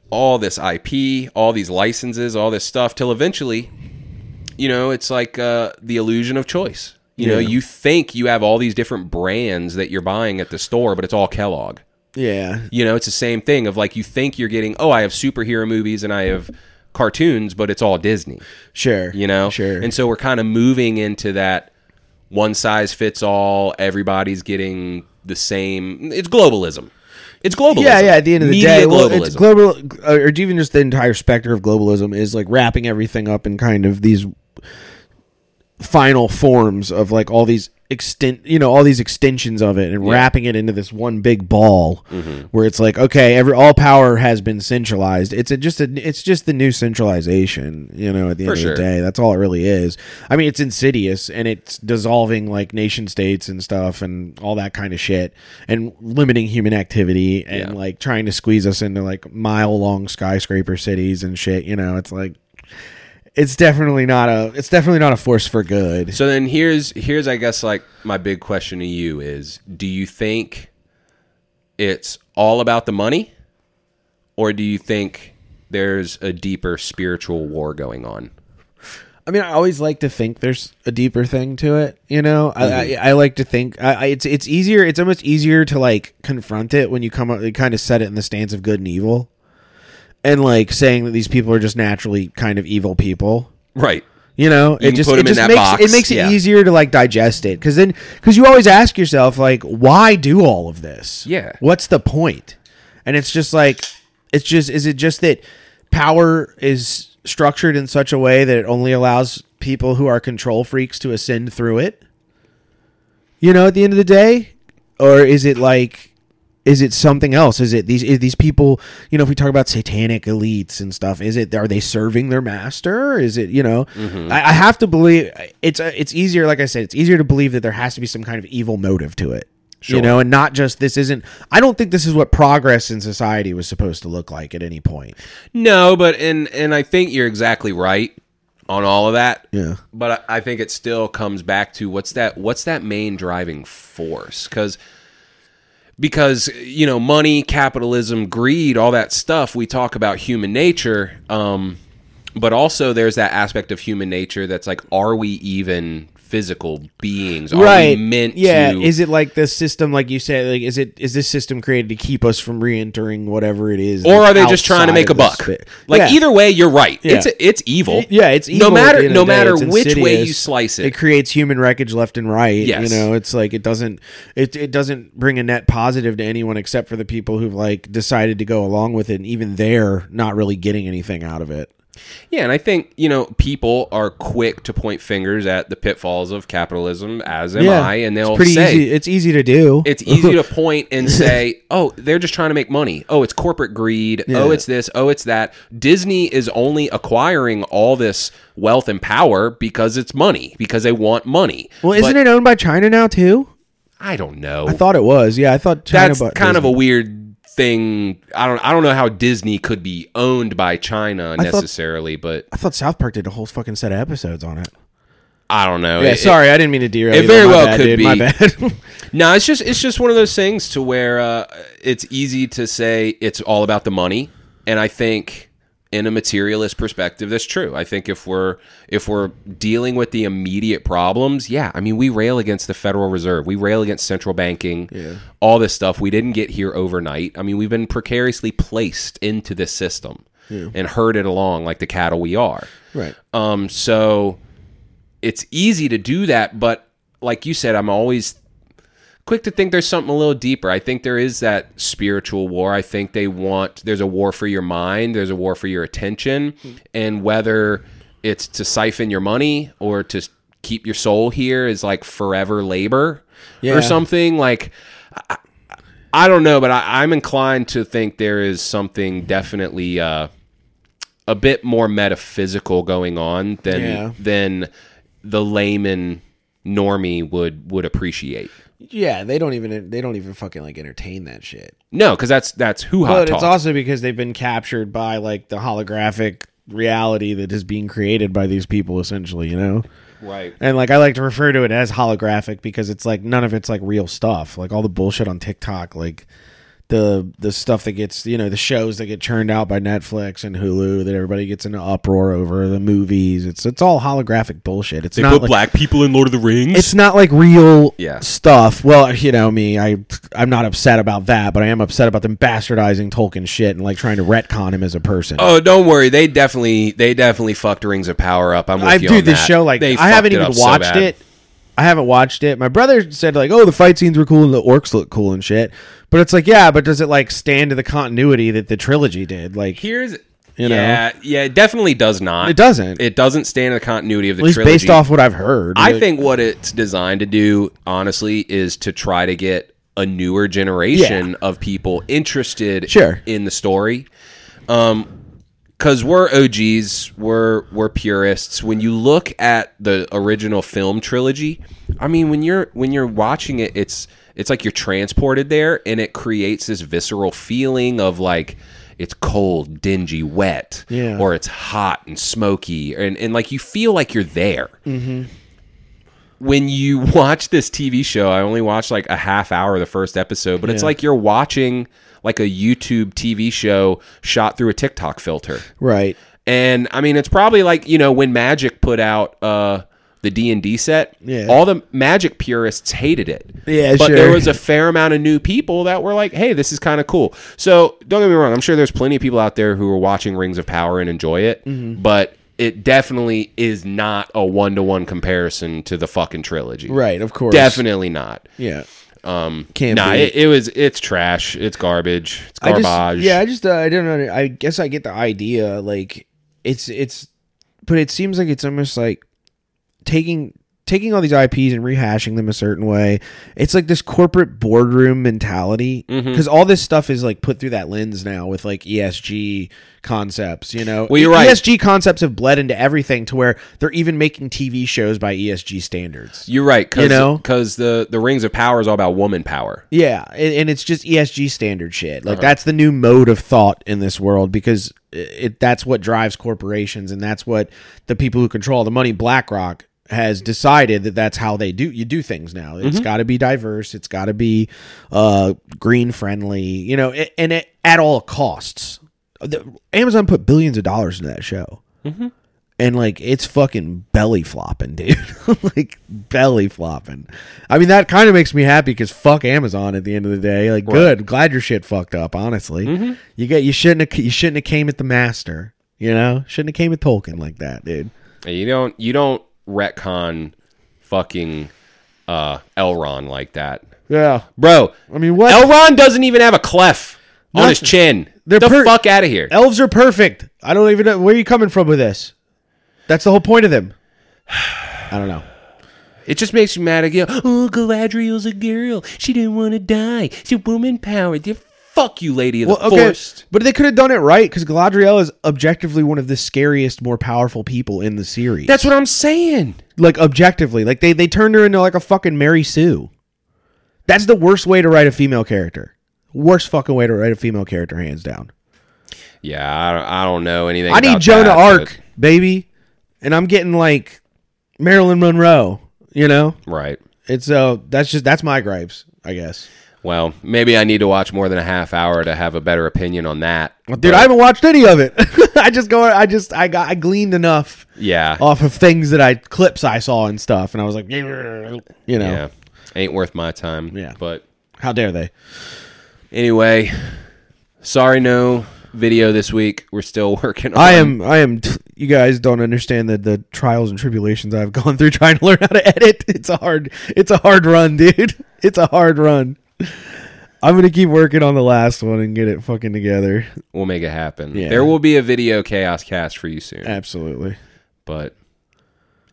Speaker 2: all this IP, all these licenses, all this stuff, till eventually, you know, it's like uh, the illusion of choice. You know,
Speaker 1: Yeah.
Speaker 2: you think you have all these different brands that you're buying at the store, but it's all Kellogg.
Speaker 1: yeah,
Speaker 2: You know, it's the same thing of like you think you're getting, oh, I have superhero movies and I have cartoons, but it's all Disney,
Speaker 1: sure.
Speaker 2: you know?
Speaker 1: sure.
Speaker 2: And so we're kind of moving into that one size fits all, everybody's getting the same. It's globalism. It's globalism.
Speaker 1: Yeah, yeah. At the end of the
Speaker 2: Media
Speaker 1: day, well,
Speaker 2: globalism.
Speaker 1: it's global, uh, or even just the entire specter of globalism is like wrapping everything up in kind of these final forms of like all these extent, you know, all these extensions of it, and wrapping it into this one big ball,
Speaker 2: Mm-hmm.
Speaker 1: where it's like, okay, every all power has been centralized. It's a, just a, it's just the new centralization, you know. At the
Speaker 2: For
Speaker 1: end
Speaker 2: sure.
Speaker 1: of the day, that's all it really is. I mean, it's insidious and it's dissolving like nation states and stuff and all that kind of shit, and limiting human activity and
Speaker 2: Yeah.
Speaker 1: like trying to squeeze us into like mile long skyscraper cities and shit. You know, it's like it's definitely not a it's definitely not a force for good.
Speaker 2: So then here's here's I guess like my big question to you is do you think it's all about the money or do you think there's a deeper spiritual war going on?
Speaker 1: I mean, I always like to think there's a deeper thing to it. You know, I, I, I like to think I, I, it's it's easier. It's almost easier to like confront it when you come up. You kind of set it in the stance of good and evil, and like saying that these people are just naturally kind of evil people.
Speaker 2: Right.
Speaker 1: You know, it
Speaker 2: can
Speaker 1: just
Speaker 2: put 'em
Speaker 1: it
Speaker 2: in
Speaker 1: just
Speaker 2: that
Speaker 1: makes
Speaker 2: box,
Speaker 1: it makes it
Speaker 2: yeah.
Speaker 1: easier to like digest it because then because you always ask yourself like why do all of this?
Speaker 2: Yeah.
Speaker 1: what's the point? And it's just like it's just is it just that power is structured in such a way that it only allows people who are control freaks to ascend through it? You know, at the end of the day, or is it like is it something else? Is it these is these people? You know, if we talk about satanic elites and stuff, is it are they serving their master? Is it you know?
Speaker 2: Mm-hmm.
Speaker 1: I, I have to believe it's uh, it's easier. Like I said, it's easier to believe that there has to be some kind of evil motive to it. You
Speaker 2: Sure.
Speaker 1: know, and not just this isn't. I don't think this is what progress in society was supposed to look like at any point.
Speaker 2: No, but and and I think you're exactly right on all of that.
Speaker 1: Yeah.
Speaker 2: But I, I think it still comes back to what's that what's that main driving force? Cuz because you know, money, capitalism, greed, all that stuff, we talk about human nature, um but also there's that aspect of human nature that's like are we even physical beings? Are we meant
Speaker 1: yeah.
Speaker 2: to
Speaker 1: Is it like this system, like you said, like is it is this system created to keep us from re-entering whatever it is,
Speaker 2: or
Speaker 1: that's
Speaker 2: are they just trying
Speaker 1: outside
Speaker 2: to make a
Speaker 1: of this
Speaker 2: buck?
Speaker 1: spit?
Speaker 2: Like
Speaker 1: Yeah.
Speaker 2: either way, you're right.
Speaker 1: Yeah.
Speaker 2: It's it's evil.
Speaker 1: It- yeah, it's evil
Speaker 2: no
Speaker 1: at the
Speaker 2: matter
Speaker 1: end of
Speaker 2: no
Speaker 1: the day.
Speaker 2: matter
Speaker 1: It's
Speaker 2: which way
Speaker 1: insidious.
Speaker 2: you slice
Speaker 1: It
Speaker 2: it.
Speaker 1: creates human wreckage left and right.
Speaker 2: Yes.
Speaker 1: You know, it's like it doesn't it it doesn't bring a net positive to anyone except for the people who've like decided to go along with it and even they're not really getting anything out of it.
Speaker 2: Yeah, and I think you know people are quick to point fingers at the pitfalls of capitalism, as am I, and they'll
Speaker 1: it's pretty
Speaker 2: say
Speaker 1: easy. It's easy to do.
Speaker 2: it's easy to point and say, "Oh, they're just trying to make money. Oh, it's corporate greed. Oh,
Speaker 1: Yeah.
Speaker 2: it's this. Oh, it's that." Disney is only acquiring all this wealth and power because it's money, because they want money.
Speaker 1: well, isn't it owned by China now too?
Speaker 2: I don't know.
Speaker 1: I thought it was. Yeah, I thought China
Speaker 2: that's
Speaker 1: bought
Speaker 2: kind of
Speaker 1: Disney.
Speaker 2: a weird thing. I don't I don't know how Disney could be owned by China
Speaker 1: I thought-
Speaker 2: necessarily, but
Speaker 1: I thought South Park did a whole fucking set of episodes on it.
Speaker 2: I don't know.
Speaker 1: Yeah,
Speaker 2: It- it-
Speaker 1: sorry, I didn't mean to derail.
Speaker 2: it
Speaker 1: you,
Speaker 2: very
Speaker 1: though. My
Speaker 2: well
Speaker 1: bad,
Speaker 2: could
Speaker 1: dude, My
Speaker 2: be.
Speaker 1: bad.
Speaker 2: No, it's just it's just one of those things to where uh, it's easy to say it's all about the money, and I think in a materialist perspective, that's true. I think if we're if we're dealing with the immediate problems, yeah, I mean we rail against the Federal Reserve, we rail against central banking, all this stuff. We didn't get here overnight. I mean we've been precariously placed into this system and herded along like the cattle we are.
Speaker 1: right.
Speaker 2: Um, so it's easy to do that, but like you said, I'm always quick to think there's something a little deeper. I think there is that spiritual war. I think they want there's a war for your mind, there's a war for your attention,
Speaker 1: Hmm.
Speaker 2: and whether it's to siphon your money or to s- keep your soul here is like forever labor
Speaker 1: Yeah.
Speaker 2: or something like I- I- I don't know, but I, I'm inclined to think there is something definitely uh, a bit more metaphysical going on than
Speaker 1: Yeah.
Speaker 2: than the layman normie would would appreciate.
Speaker 1: Yeah, they don't even they don't even fucking like entertain that shit.
Speaker 2: No, because that's that's hoo ha
Speaker 1: But
Speaker 2: talk.
Speaker 1: it's also because they've been captured by like the holographic reality that is being created by these people essentially, you know?
Speaker 2: right.
Speaker 1: And like I like to refer to it as holographic because it's like none of it's like real stuff. Like all the bullshit on TikTok, like the the stuff that gets you know the shows that get churned out by Netflix and Hulu that everybody gets in an uproar over the movies. It's it's all holographic bullshit. It's
Speaker 2: They
Speaker 1: not
Speaker 2: put
Speaker 1: like,
Speaker 2: black people in Lord of the Rings.
Speaker 1: it's not like real
Speaker 2: Yeah.
Speaker 1: stuff. Well, you know me, I I'm not upset about that, but I am upset about them bastardizing Tolkien shit and like trying to retcon him as a person.
Speaker 2: oh, don't worry. They definitely they definitely fucked Rings of Power up. I'm with
Speaker 1: I
Speaker 2: you
Speaker 1: do
Speaker 2: on
Speaker 1: this
Speaker 2: that.
Speaker 1: show like
Speaker 2: They
Speaker 1: I haven't
Speaker 2: fucked
Speaker 1: even
Speaker 2: up so
Speaker 1: watched
Speaker 2: bad.
Speaker 1: it. I haven't watched it. My brother said like, "Oh, the fight scenes were cool and the orcs look cool and shit." But it's like, yeah, but does it like stand to the continuity that the trilogy did? Like,
Speaker 2: Here's
Speaker 1: You know?
Speaker 2: yeah yeah it definitely does not.
Speaker 1: It doesn't.
Speaker 2: It doesn't stand in the continuity of the
Speaker 1: at least
Speaker 2: trilogy.
Speaker 1: based off what I've heard.
Speaker 2: I
Speaker 1: Like,
Speaker 2: think what it's designed to do, honestly, is to try to get a newer generation
Speaker 1: Yeah.
Speaker 2: of people interested
Speaker 1: Sure.
Speaker 2: in the story. because we're OGs, we're we're purists. When you look at the original film trilogy, I mean, when you're when you're watching it, it's it's like you're transported there, and it creates this visceral feeling of like it's cold, dingy, wet,
Speaker 1: Yeah.
Speaker 2: or it's hot and smoky, and and like you feel like you're there.
Speaker 1: Mm-hmm.
Speaker 2: When you watch this TV show, I only watched like a half hour of the first episode, but it's
Speaker 1: Yeah.
Speaker 2: like you're watching like a YouTube TV show shot through a TikTok filter.
Speaker 1: Right.
Speaker 2: And I mean, it's probably like you know when Magic put out uh, the D and D set.
Speaker 1: Yeah.
Speaker 2: All the Magic purists hated it.
Speaker 1: Yeah,
Speaker 2: but
Speaker 1: sure.
Speaker 2: there was a fair amount of new people that were like, "Hey, this is kind of cool." So don't get me wrong. I'm sure there's plenty of people out there who are watching Rings of Power and enjoy it,
Speaker 1: Mm-hmm.
Speaker 2: but it definitely is not a one to one comparison to the fucking trilogy.
Speaker 1: Right. Of course.
Speaker 2: Definitely not.
Speaker 1: Yeah. Um. Can't.
Speaker 2: nah,
Speaker 1: be.
Speaker 2: it, it was. It's trash. It's garbage. It's
Speaker 1: I
Speaker 2: garbage.
Speaker 1: Just, yeah, I just uh, I don't know. I guess I get the idea. Like it's it's, but it seems like it's almost like taking taking all these IPs and rehashing them a certain way. It's like this corporate boardroom mentality
Speaker 2: Mm-hmm.
Speaker 1: because all this stuff is like put through that lens now with like ESG concepts. You know,
Speaker 2: Well, you're right.
Speaker 1: ESG concepts have bled into everything to where they're even making TV shows by ESG standards.
Speaker 2: You're right. Cause,
Speaker 1: You know?
Speaker 2: because the the Rings of Power is all about woman power.
Speaker 1: Yeah, and, and it's just ESG standard shit. Like that's the new mode of thought in this world because it that's what drives corporations and that's what the people who control the money, BlackRock, has decided that that's how they do you do things now. It's got to be diverse. It's got to be uh, green friendly. You know, a- and it, at all costs. The, Amazon put billions of dollars into that show. And like it's fucking belly flopping, dude. like belly flopping. I mean, that kind of makes me happy because fuck Amazon at the end of the day. Like, good, glad your shit fucked up. Honestly, you get you shouldn't have, you shouldn't have came at the master. You know, shouldn't have came at Tolkien like that, dude.
Speaker 2: And you don't you don't retcon fucking uh Elron like that.
Speaker 1: Yeah,
Speaker 2: Bro,
Speaker 1: I mean, what
Speaker 2: Elron doesn't even have a clef on his
Speaker 1: Nothing.
Speaker 2: chin.
Speaker 1: They're
Speaker 2: the
Speaker 1: per-
Speaker 2: fuck out of here.
Speaker 1: elves are perfect. I don't even know where are you coming from with this. That's the whole point of them. I don't know.
Speaker 2: It just makes me mad again. Oh, Galadriel's a girl. She didn't want to die. She's woman power. They're- Fuck you, Lady of the
Speaker 1: Well, okay,
Speaker 2: Forest.
Speaker 1: but they could have done it right because Galadriel is objectively one of the scariest, more powerful people in the series.
Speaker 2: That's what I'm saying.
Speaker 1: like objectively like they they turned her into like a fucking mary sue that's the worst way to write a female character worst fucking way to write a female character hands down
Speaker 2: Yeah, I don't, I don't know anything.
Speaker 1: i need
Speaker 2: about
Speaker 1: jonah
Speaker 2: that,
Speaker 1: arc baby and i'm getting like marilyn monroe you know
Speaker 2: but- right.
Speaker 1: it's uh that's just that's my gripes i guess
Speaker 2: Well, maybe I need to watch more than a half hour to have a better opinion on that.
Speaker 1: dude i haven't watched any of it i just go i just i got i gleaned enough
Speaker 2: Yeah.
Speaker 1: off of things that i clips i saw and stuff and i was like you know
Speaker 2: Yeah. Ain't worth my time.
Speaker 1: Yeah.
Speaker 2: But
Speaker 1: how dare they
Speaker 2: anyway, sorry no video this week. We're still working on
Speaker 1: I am. I am. You guys don't understand the the trials and tribulations I've gone through trying to learn how to edit. It's a hard. It's a hard run, dude. It's a hard run. I'm gonna keep working on the last one and get it fucking together.
Speaker 2: we'll make it happen.
Speaker 1: Yeah.
Speaker 2: There will be a video chaos cast for you soon.
Speaker 1: Absolutely.
Speaker 2: But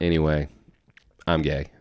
Speaker 2: anyway, I'm gay.